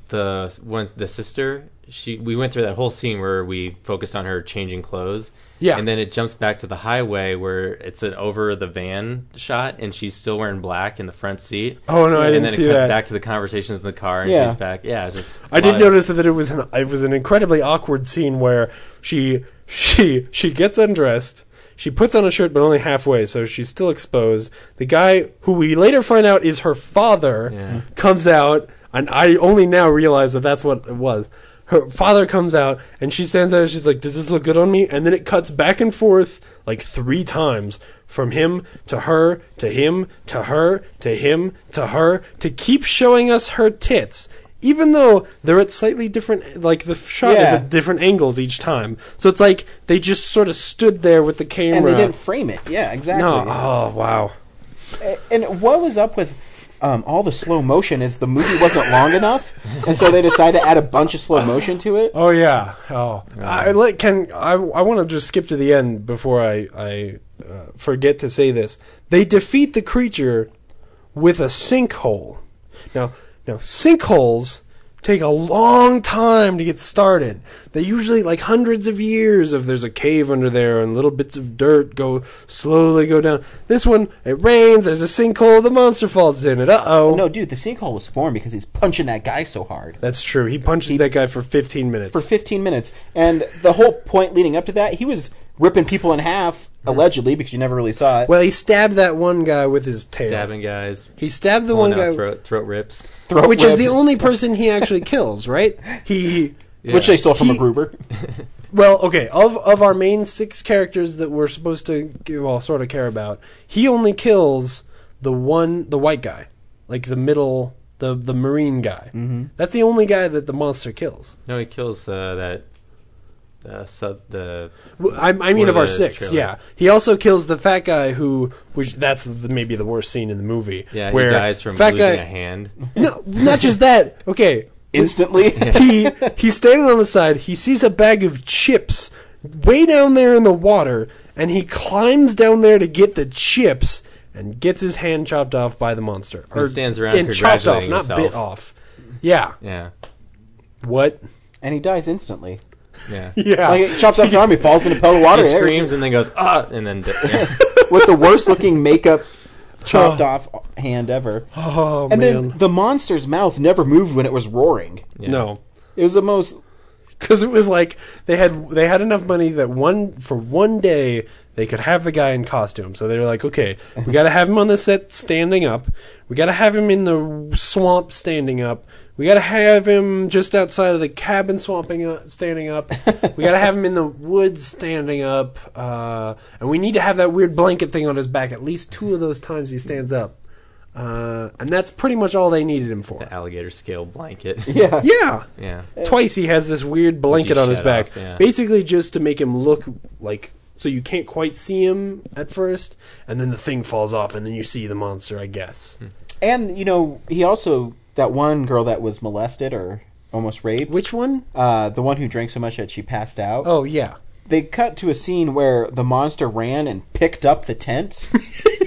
S2: the one's the sister? She we went through that whole scene where we focused on her changing clothes.
S3: Yeah.
S2: and then it jumps back to the highway where it's an over the van shot, and she's still wearing black in the front seat.
S3: Oh, no, I
S2: and
S3: didn't
S2: then
S3: see
S2: it cuts
S3: that.
S2: back to the conversations in the car, and
S1: Yeah.
S2: she's back. Yeah, it's just
S3: I did
S2: a lot of-
S3: notice that it was an it was an incredibly awkward scene where she she she gets undressed. She puts on a shirt, but only halfway, so she's still exposed. The guy, who we later find out is her father,
S2: Yeah.
S3: comes out, and I only now realize that that's what it was. Her father comes out, and she stands there, and she's like, "Does this look good on me?" And then it cuts back and forth like three times from him to her to him to her to him to her to keep showing us her tits, even though they're at slightly different. Like the shot is
S1: Yeah.
S3: at different angles each time, so it's like they just sort of stood there with the camera.
S1: and they didn't frame it. Yeah, exactly.
S3: no, oh wow.
S1: A- And what was up with um, all the slow motion is the movie wasn't long enough, and so they decided to add a bunch of slow motion to it.
S3: Oh yeah. Oh, I let can I. I want to just skip to the end before I I uh, forget to say this. They defeat the creature with a sinkhole. Now, now sinkholes take a long time to get started. They usually like hundreds of years of there's a cave under there and little bits of dirt go slowly go down. This one, it rains, there's a sinkhole, the monster falls in it. Uh-oh.
S1: No, dude, the sinkhole was formed because he's punching that guy so hard
S3: That's true. He punches that guy for 15 minutes.
S1: for 15 minutes, and the whole point leading up to that, he was ripping people in half allegedly because you never really saw it.
S3: Well, he stabbed that one guy with his tail.
S2: stabbing guys.
S3: He stabbed the
S2: One
S3: one guy,
S2: throat throat rips.
S1: Throat
S3: which is the
S1: ribs,
S3: only person he actually kills, right? He,
S1: which they stole from
S3: He-
S1: MacGruber.
S3: well, okay, of of our main six characters that we're supposed to well sort of care about, he only kills the one, the white guy, like the middle, the the marine guy. Mm-hmm. That's the only guy that the monster kills.
S2: No, he kills uh, that. Uh, sub, the
S3: W- I, I mean,
S2: One
S3: of
S2: of
S3: our
S2: the
S3: six,
S2: trailer.
S3: yeah. He also kills the fat guy who, which that's the, maybe the worst scene in the movie.
S2: yeah,
S3: where
S2: he dies from
S3: fat
S2: losing
S3: guy.
S2: a hand.
S3: No, not just that. Okay,
S1: Instantly,
S3: he he's standing on the side. He sees a bag of chips way down there in the water, and he climbs down there to get the chips and gets his hand chopped off by the monster.
S2: And stands around
S3: and chopped off,
S2: congratulating
S3: not
S2: himself.
S3: bit off. Yeah.
S2: Yeah,
S3: What?
S1: and he dies instantly.
S2: yeah.
S3: Yeah.
S1: Like, it chops off his arm, he falls in a puddle of water.
S2: He
S1: There he is,
S2: screams and then goes ah, and then yeah.
S1: with the worst looking makeup chopped off hand ever.
S3: oh
S1: And
S3: man.
S1: then the monster's mouth never moved when it was roaring.
S3: No.
S1: It was the most.
S3: because it was like they had they had enough money that one for one day they could have the guy in costume. So they were like, okay, we got to have him on the set standing up. We got to have him in the swamp standing up. We got to have him just outside of the cabin swamping uh, standing up. We got to have him in the woods standing up. Uh, and we need to have that weird blanket thing on his back at least two of those times he stands up. Uh, and that's pretty much all they needed him for.
S2: alligator scale blanket.
S1: Yeah.
S3: Yeah.
S2: yeah.
S3: Twice he has this weird blanket
S2: you
S3: on his
S2: shut
S3: back,
S2: off, yeah.
S3: basically just to make him look like so you can't quite see him at first, and then the thing falls off, and then you see the monster. I guess,
S2: Hmm.
S1: And, you know, he also. That one girl that was molested or almost raped.
S3: which one?
S1: Uh, the one who drank so much that she passed out.
S3: Oh yeah,
S1: They cut to a scene where the monster ran and picked up the tent.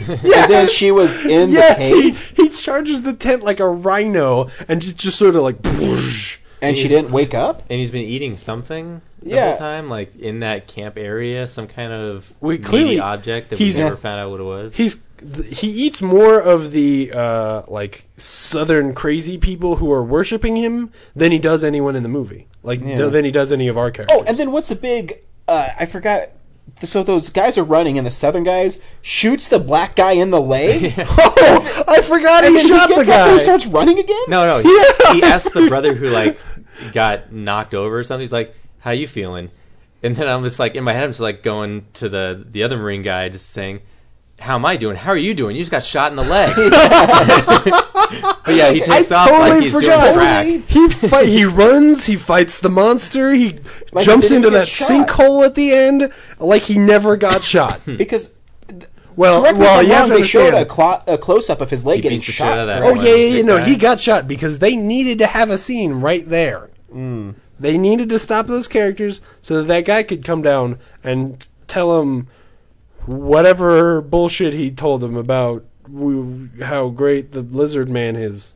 S1: And then she was in
S3: yes.
S1: the cave.
S3: He, he charges the tent like a rhino, and just just sort of like, "Poosh."
S1: And she didn't wake up.
S2: And he's been eating something the
S1: Yeah.
S2: whole time, like in that camp area, some kind of
S3: We
S2: meaty
S3: clearly-
S2: object that
S3: he's-
S2: we never found out what it was.
S3: he's th- he eats more of the uh, like southern crazy people who are worshiping him than he does anyone in the movie. Like th- than he does any of our characters.
S1: Oh, and then what's the big? Uh, I forgot. So those guys are running, and the southern guys shoots the black guy in the leg.
S3: Oh, I forgot
S1: And
S3: he
S1: then
S3: shot
S1: he
S3: the
S1: gets up and
S3: guy.
S1: he starts running again.
S2: no, no. He, he asked the brother who like got knocked over or something. He's like, "How you feeling?" And then I'm just like, in my head, I'm just like going to the the other Marine guy, just saying, how am I doing? How are you doing? You just got shot in the leg.
S1: But yeah,
S2: He
S1: he-
S2: takes off like he's doing crack.
S3: He fight, he runs, he fights the monster, he
S1: Like he
S3: jumps
S1: didn't
S3: into
S1: get
S3: that
S1: shot.
S3: sinkhole at the end like he never got shot.
S1: because
S3: Well,
S1: correctly
S3: well,
S1: Uh, well,
S3: you have to
S1: they showed a,
S3: understand.
S1: clo- a close up of his leg
S2: He
S1: getting
S2: beats the shit
S1: shot.
S2: out of that
S3: Oh
S1: right?
S2: one.
S3: yeah, yeah, yeah,
S2: Big
S3: no,
S2: guy.
S3: he got shot because they needed to have a scene right there.
S1: Mm.
S3: They needed to stop those characters so that that guy could come down and tell him whatever bullshit he told him about w- how great the lizard man is.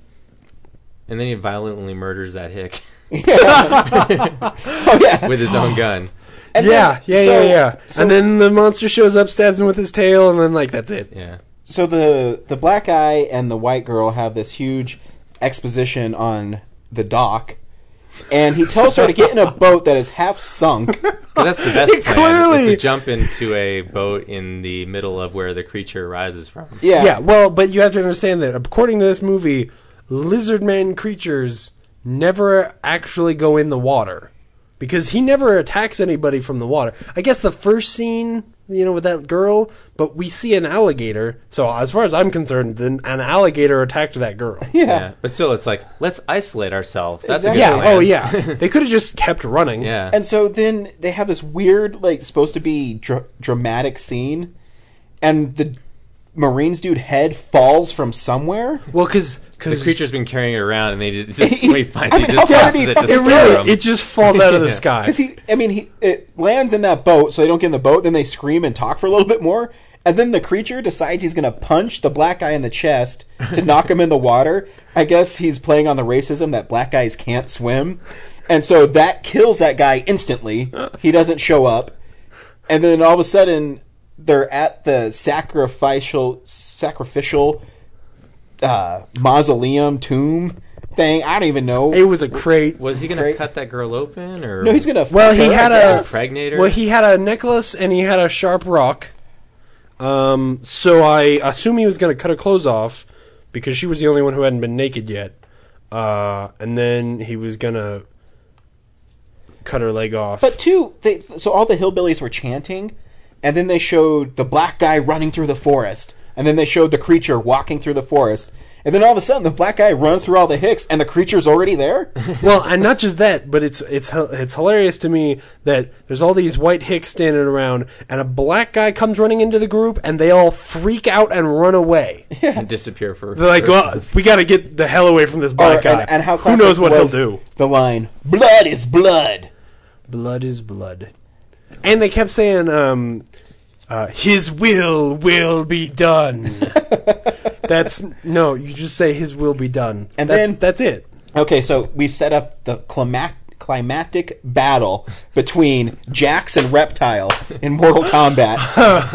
S2: and then he violently murders that hick
S1: Oh yeah.
S2: with his own gun.
S1: And
S3: yeah,
S1: then-
S3: yeah,
S1: so-
S3: yeah, yeah.
S1: so-
S3: and then the monster shows up, stabs him with his tail, and then like that's it.
S2: Yeah.
S1: So the the black guy and the white girl have this huge exposition on the dock, and he tells her to get in a boat that is half sunk.
S2: 'Cause That's the best
S3: It
S2: plan.
S3: clearly-
S2: Is to jump into a boat in the middle of where the creature rises from.
S1: Yeah,
S3: Yeah. well, but you have to understand that according to this movie, lizard man creatures never actually go in the water because he never attacks anybody from the water. I guess the first scene, you know, with that girl, but we see an alligator. So as far as I'm concerned, then an alligator attacked that girl.
S1: yeah.
S2: But still, it's like let's isolate ourselves. That's a
S3: yeah.
S2: good plan.
S3: Oh, yeah. they could have just kept running.
S2: Yeah.
S1: And so then they have this weird, like, supposed to be dr- dramatic scene, and the Marines dude head falls from somewhere.
S3: Well, because
S2: the creature's been carrying it around, and they just, just wait.
S1: I
S2: Finally,
S1: mean,
S2: just
S1: how far
S2: tosses
S1: did he
S2: it
S1: fucking
S2: to
S3: it
S1: Just
S2: scare him.
S3: really it just falls out of the
S2: Yeah.
S3: sky.
S1: Because he, I mean, he it lands in that boat, so they don't get in the boat. Then they scream and talk for a little bit more, and then the creature decides he's going to punch the black guy in the chest to knock him in the water. I guess he's playing on the racism that black guys can't swim, and so that kills that guy instantly. He doesn't show up, and then all of a sudden they're at the sacrificial sacrificial uh, mausoleum tomb thing. I don't even know.
S3: It was a crate.
S2: Was he going to
S1: Great.
S2: cut that girl open, or
S1: no, he's gonna.
S3: Well,
S1: fuck
S3: he
S1: her, I
S3: had a
S1: guess.
S2: Impregnate her?
S3: Well, he had a necklace and he had a sharp rock. Um, so I assume he was going to cut her clothes off because she was the only one who hadn't been naked yet. Uh, and then he was going to cut her leg off.
S1: But two, they, so all the hillbillies were chanting, and then they showed the black guy running through the forest, and then they showed the creature walking through the forest, and then all of a sudden the black guy runs through all the hicks, and the creature's already there.
S3: well, and not just that, but it's it's hi- it's hilarious to me that there's all these white hicks standing around, and a black guy comes running into the group, and they all freak out and run away.
S2: and disappear for?
S3: They're like,
S2: for-
S3: well, we got to get the hell away from this
S1: Or-
S3: black guy.
S1: and, and how
S3: who knows
S1: classic
S3: what
S1: was
S3: he'll do?
S1: The line "Blood is blood."
S3: Blood is blood. And they kept saying, um, uh, his will will be done. that's no, you just say his will be done,
S1: And
S3: that's,
S1: then-
S3: that's it.
S1: Okay, so we've set up the climac- climactic battle between Jax and Reptile in Mortal Kombat,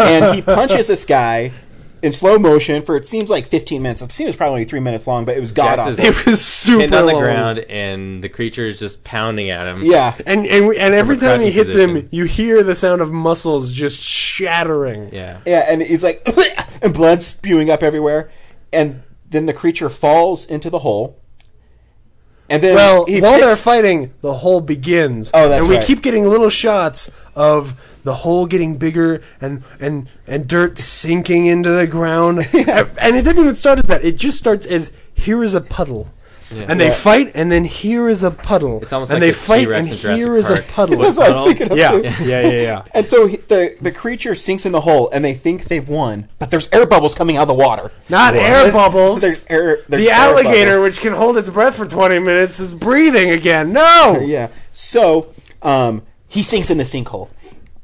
S1: and he punches this guy in slow motion for it seems like 15 minutes. It seems probably three minutes long, but it was god
S2: Jax is
S1: awful.
S3: It was super
S2: pinned on the
S3: long.
S2: ground, and the creature is just pounding at him.
S1: Yeah,
S3: And and, we- and every
S2: a
S3: time he
S2: crouching
S3: hits him,
S2: position.
S3: you hear the sound of muscles just shattering.
S2: yeah.
S1: Yeah, and he's like, and blood spewing up everywhere, and then the creature falls into the hole, and then
S3: Well,
S1: he
S3: while they're
S1: picks-
S3: fighting, the hole begins.
S1: Oh, that's
S3: And we
S1: right.
S3: keep getting little shots of the hole getting bigger and and and dirt sinking into the ground. and it didn't even start as that. It just starts as here is a puddle. And they
S1: Yeah.
S3: fight, and then here is a puddle.
S2: It's almost
S3: and
S2: like
S3: they
S2: a
S3: fight,
S2: T-Rex
S3: and
S2: in Jurassic
S3: here is
S2: Park.
S3: a puddle.
S1: That's what I was thinking of
S3: yeah,
S1: too.
S3: yeah, yeah, yeah.
S1: And so he, the the creature sinks in the hole, and they think they've won, but there's air bubbles coming out of the water.
S3: Not air bubbles.
S1: There's air. There's
S3: the
S1: air
S3: alligator,
S1: bubbles.
S3: which can hold its breath for 20 minutes, is breathing again. No!
S1: Yeah. So, um, he sinks in the sinkhole,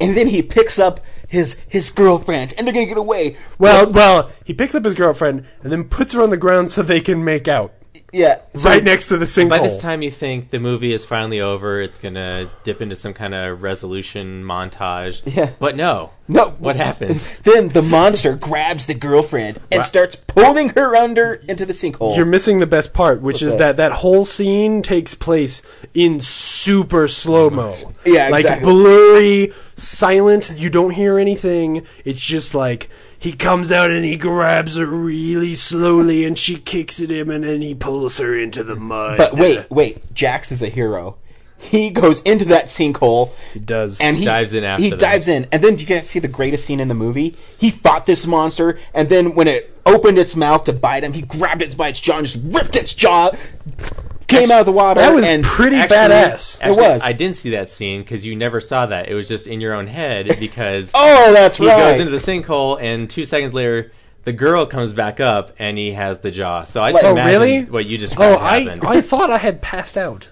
S1: and then he picks up his his girlfriend, and they're gonna get away.
S3: Well, well, he picks up his girlfriend and then puts her on the ground so they can make out.
S1: yeah. So
S3: right next to the sinkhole.
S2: By this time, you think the movie is finally over. It's gonna dip into some kind of resolution montage.
S1: Yeah.
S2: But no.
S1: No.
S2: What happens?
S1: Then the monster grabs the girlfriend and starts pulling her under into the sinkhole.
S3: You're missing the best part, which is that?
S1: that?
S3: that whole scene takes place in super slow mo.
S1: Yeah,
S3: like
S1: exactly.
S3: blurry, silent. You don't hear anything. It's just like he comes out and he grabs her really slowly, and she kicks at him, and then he pulls her into the mud.
S1: But wait, wait. Jax is a hero. He goes into that sinkhole
S3: He does.
S1: and he
S2: Dives in after
S1: He
S2: that.
S1: dives in, and then do you guys see the greatest scene in the movie? He fought this monster, and then when it opened its mouth to bite him, he grabbed it by its jaw and just ripped its jaw. Came out of the water.
S3: That was
S1: and
S3: pretty
S1: actually-
S3: badass.
S1: It was.
S2: I didn't see that scene because you never saw that. It was just in your own head because
S1: oh, that's
S2: he
S1: right.
S2: goes into the sinkhole, and two seconds later, the girl comes back up, and he has the jaw. So I just
S3: Oh,
S2: imagine
S3: really?
S2: what you just
S3: oh, I,
S2: happened.
S3: I thought I had passed out.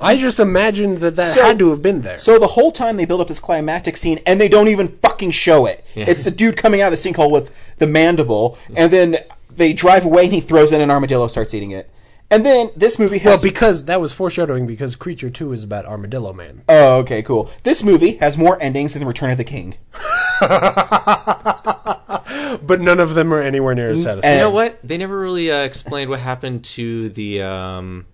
S3: I just imagined that that
S1: So-
S3: had to have been there.
S1: So the whole time they build up this climactic scene, and they don't even fucking show it. It's the dude coming out of the sinkhole with the mandible, and then they drive away, and he throws in an armadillo, starts eating it, and then this movie has.
S3: well, because that was foreshadowing because Creature 2 is about Armadillo Man.
S1: oh, okay, cool. This movie has more endings than Return of the King.
S3: But none of them are anywhere near as satisfying.
S2: you know
S1: and-
S2: what? They never really uh, explained what happened to the um,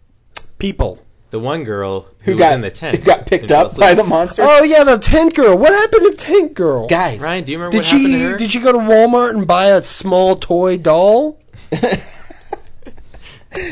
S3: People.
S2: the one girl who,
S1: Who
S2: was
S1: got
S2: in the tent,
S1: who got picked
S2: who fell
S1: up by the
S2: asleep.
S1: monster?
S3: Oh, yeah, the Tent Girl. What happened to Tent Girl?
S1: Guys,
S2: Ryan, do you remember
S3: Did
S2: what happened
S3: she
S2: to her?
S3: did she go to Walmart and buy a small toy doll?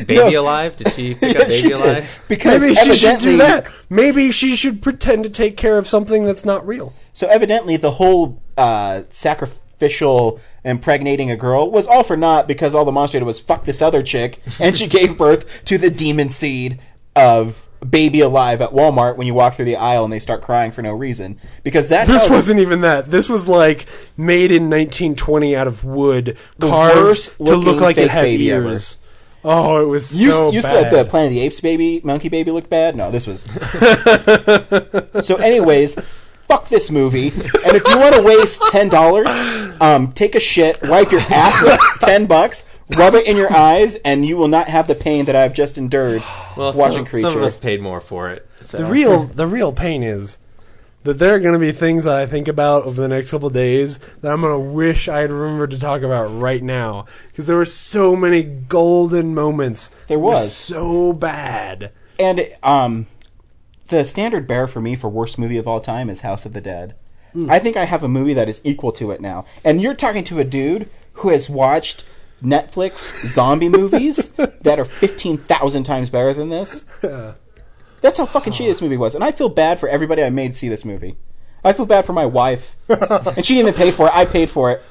S2: baby
S1: No.
S2: alive? Did she pick up baby
S1: she
S2: alive?
S1: did because
S3: Maybe she should do
S1: evidently-
S3: that. Maybe she should pretend to take care of something that's not real.
S1: So evidently, the whole uh, sacrificial impregnating a girl was all for naught because all the monster did was fuck this other chick, and she gave birth to the demon seed of baby alive at Walmart when you walk through the aisle and they start crying for no reason because that's
S3: This
S1: how
S3: wasn't even that. This was like made in 1920 out of wood,
S1: worst
S3: carved to
S1: looking
S3: look like it
S1: fake
S3: has
S1: baby ever.
S3: ears. Oh, it was
S1: You,
S3: so
S1: you said
S3: bad.
S1: the Planet of the Apes baby, monkey baby looked bad. No, this was. so, anyways, fuck this movie. And if you want to waste ten dollars, um, take a shit, wipe your ass with ten bucks, rub it in your eyes, and you will not have the pain that I've just endured
S2: Well,
S1: watching
S2: some,
S1: Creature.
S2: some of us paid more for it. So.
S3: the real the real pain is that there are going to be things that I think about over the next couple of days that I'm going to wish I had remembered to talk about right now because there were so many golden moments.
S1: There
S3: that were
S1: was.
S3: so bad.
S1: And um, the standard bearer for me for worst movie of all time is House of the Dead. I think I have a movie that is equal to it now. And you're talking to a dude who has watched Netflix zombie movies that are 15,000 times better than this. That's how fucking shitty this movie was. And I feel bad for everybody I made see this movie. I feel bad for my wife. and she didn't even pay for it. I paid for it.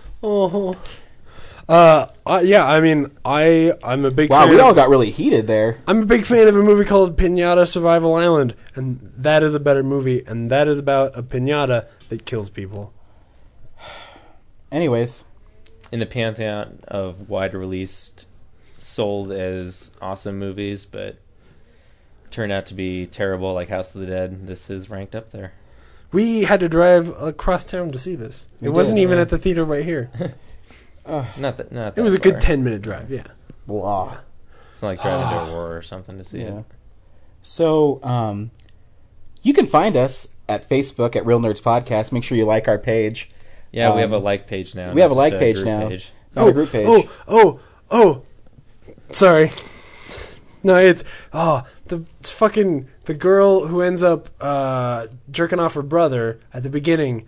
S3: Uh, uh, yeah, I mean, I I'm a big
S1: Wow,
S3: fan
S1: we
S3: of-
S1: all got really heated there.
S3: I'm a big fan of a movie called Pinata Survival Island, and that is a better movie, and that is about a pinata that kills people.
S1: Anyways,
S2: in the pantheon of wide released, sold as awesome movies, but turned out to be terrible, like House of the Dead. This is ranked up there.
S3: We had to drive across town to see this. It
S1: did,
S3: wasn't even
S1: yeah.
S3: at the theater right here.
S2: Not that. Not. That
S3: It was a
S2: far.
S3: good ten minute drive. Yeah.
S1: blah.
S2: It's not like driving to Aurora or something to see
S1: Yeah.
S2: it.
S1: So, um, you can find us at Facebook at Real Nerds Podcast. Make sure you like our page.
S2: Yeah,
S1: Um,
S2: we have a like page now.
S1: we have a
S2: not
S1: like
S2: just
S1: page
S2: group
S1: now.
S2: page.
S1: Not a group page.
S3: Oh, oh, oh. Sorry. No, it's oh the it's fucking the girl who ends up uh, jerking off her brother at the beginning.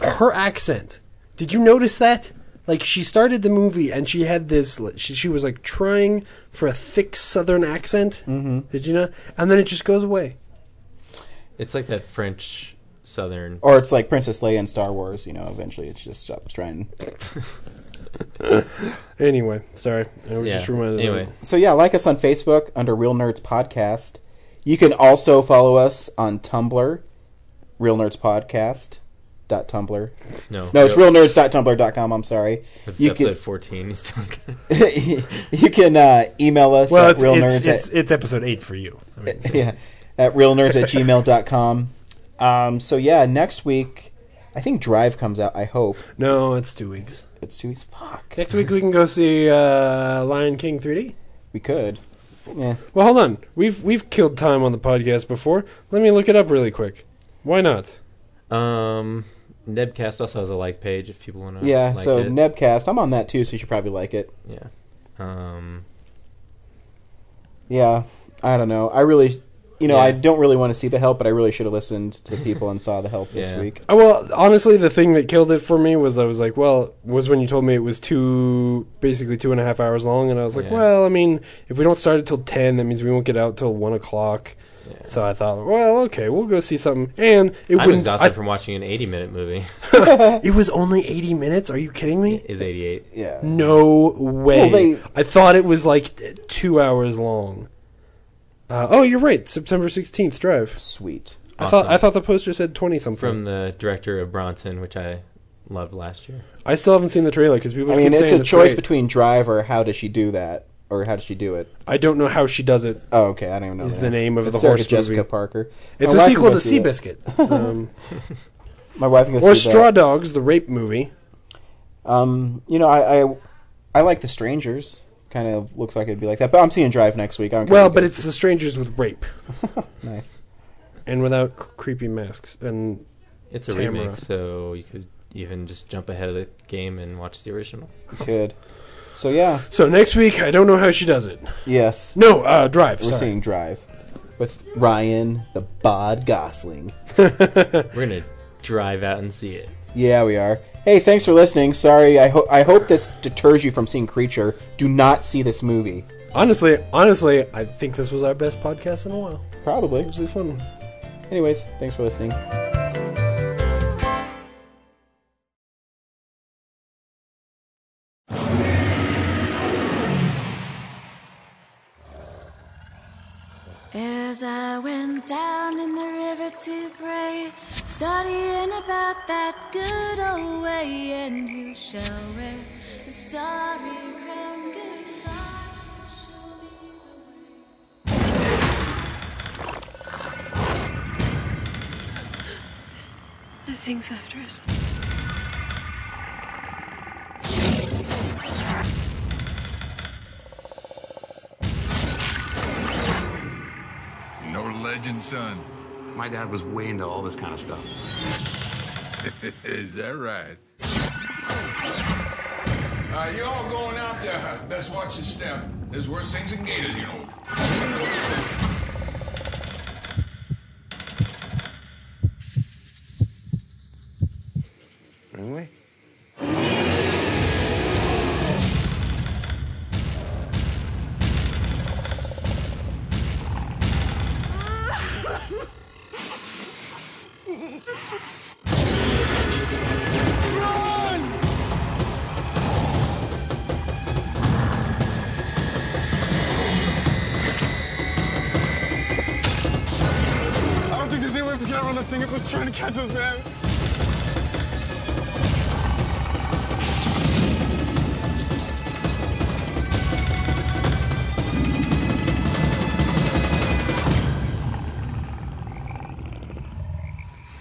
S3: Her accent. Did you notice that? Like she started the movie and she had this. She, she was like trying for a thick Southern accent. Mm-hmm. Did you know? And then it just goes away.
S2: It's like that French Southern.
S1: Or it's like Princess Leia in Star Wars. You know, eventually it just stops trying.
S3: Anyway, sorry. I was
S2: Yeah.
S3: just reminded. of
S2: Anyway.
S3: it.
S1: So yeah, like us on Facebook under Real Nerds Podcast. You can also follow us on Tumblr, Real Nerds Podcast. Dot Tumblr.
S2: No,
S1: No, it's realnerds.tumblr.com. I'm sorry.
S2: It's
S1: You
S2: episode
S1: can,
S2: fourteen. so-
S1: you can uh, email us
S3: Well,
S1: at
S3: it's
S1: realnerds
S3: it's,
S1: at-
S3: it's it's episode eight for you. I mean,
S1: yeah, at realnerds at gmail.com. Um, so, yeah, next week, I think Drive comes out. I hope.
S3: no, it's two weeks.
S1: It's two weeks. Fuck.
S3: Next week we can go see uh, Lion King 3D.
S1: We could. Yeah.
S3: Well, hold on. We've we've killed time on the podcast before. Let me look it up really quick. Why not?
S2: um, Nebcast also has a like page if people want to.
S1: Yeah,
S2: like
S1: so
S2: it.
S1: Nebcast. I'm on that too, so you should probably like it.
S2: yeah. Um,
S1: Yeah. I don't know. I really, you know,
S2: Yeah.
S1: I don't really want to see The Help, but I really should have listened to the people and saw The Help this
S2: Yeah.
S1: week.
S3: Oh, well, honestly, the thing that killed it for me was I was like, well, was when you told me it was two, basically two and a half hours long, and I was like,
S2: Yeah.
S3: well, I mean, if we don't start it till ten, that means we won't get out till one o'clock. So I thought, well, okay, we'll go see something. And it
S2: I'm
S3: wouldn't.
S2: exhausted
S3: I-
S2: from watching an 80 minute movie.
S3: it was only 80 minutes. Are you kidding me?
S2: Is 88.
S1: Yeah.
S3: No way.
S1: Well, they-
S3: I thought it was like two hours long. Uh, oh, you're right. September 16th, Drive.
S1: Sweet.
S3: I thought
S2: Awesome.
S3: I thought the poster said 20 something.
S2: From the director of Bronson, which I loved last year.
S3: I still haven't seen the trailer because people
S1: I mean,
S3: keep
S1: it's
S3: saying
S1: a choice
S3: great.
S1: between drive or how does she do that or how does she do it?
S3: I don't know how she does it.
S1: Oh, okay. I don't even know.
S3: Is
S1: that.
S3: the name of
S1: It's
S3: the
S1: Sarah
S3: horse
S1: Jessica
S3: movie.
S1: Parker.
S3: It's
S1: My
S3: a
S1: wife can
S3: sequel
S1: go
S3: to
S1: see that.
S3: Seabiscuit. Um,
S1: My wife can go
S3: or
S1: see that.
S3: Straw Dogs, the rape movie.
S1: Um, you know, I, I I like The Strangers. Kind of looks like it'd be like that, but I'm seeing Drive next week. I don't care
S3: Well,
S1: what
S3: but
S1: it
S3: it's The Strangers with rape
S1: is. nice.
S3: and without c- creepy masks. And
S2: It's a
S3: Tamara.
S2: remake, so you could even just jump ahead of the game and watch the original.
S1: Good. So yeah,
S3: so next week, I don't know how she does it.
S1: yes,
S3: No, uh, Drive.
S1: we're
S3: sorry.
S1: seeing Drive with Ryan the Bod Gosling.
S2: We're going to drive out and see it.
S1: Yeah, we are. Hey, thanks for listening. Sorry, I hope I hope this deters you from seeing Creature. Do not see this movie.
S3: Honestly, honestly, I think this was our best podcast in a while.
S1: Probably.
S3: It was a fun one.
S1: Anyways, thanks for listening.
S4: As I went down in the river to pray, studying about that good old way, and you shall wear the starry crown. Goodbye shall be the way.
S5: The things after us.
S6: No legend, son.
S7: My dad was way into all this kind of stuff.
S6: Is that right? Uh, you all going out there. Best watch your step. There's worse things than gators, you know.
S7: Really?
S8: I don't think there's any way we can get around that thing if it's trying to catch us, man.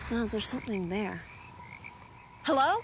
S4: Sounds there's something there. Hello?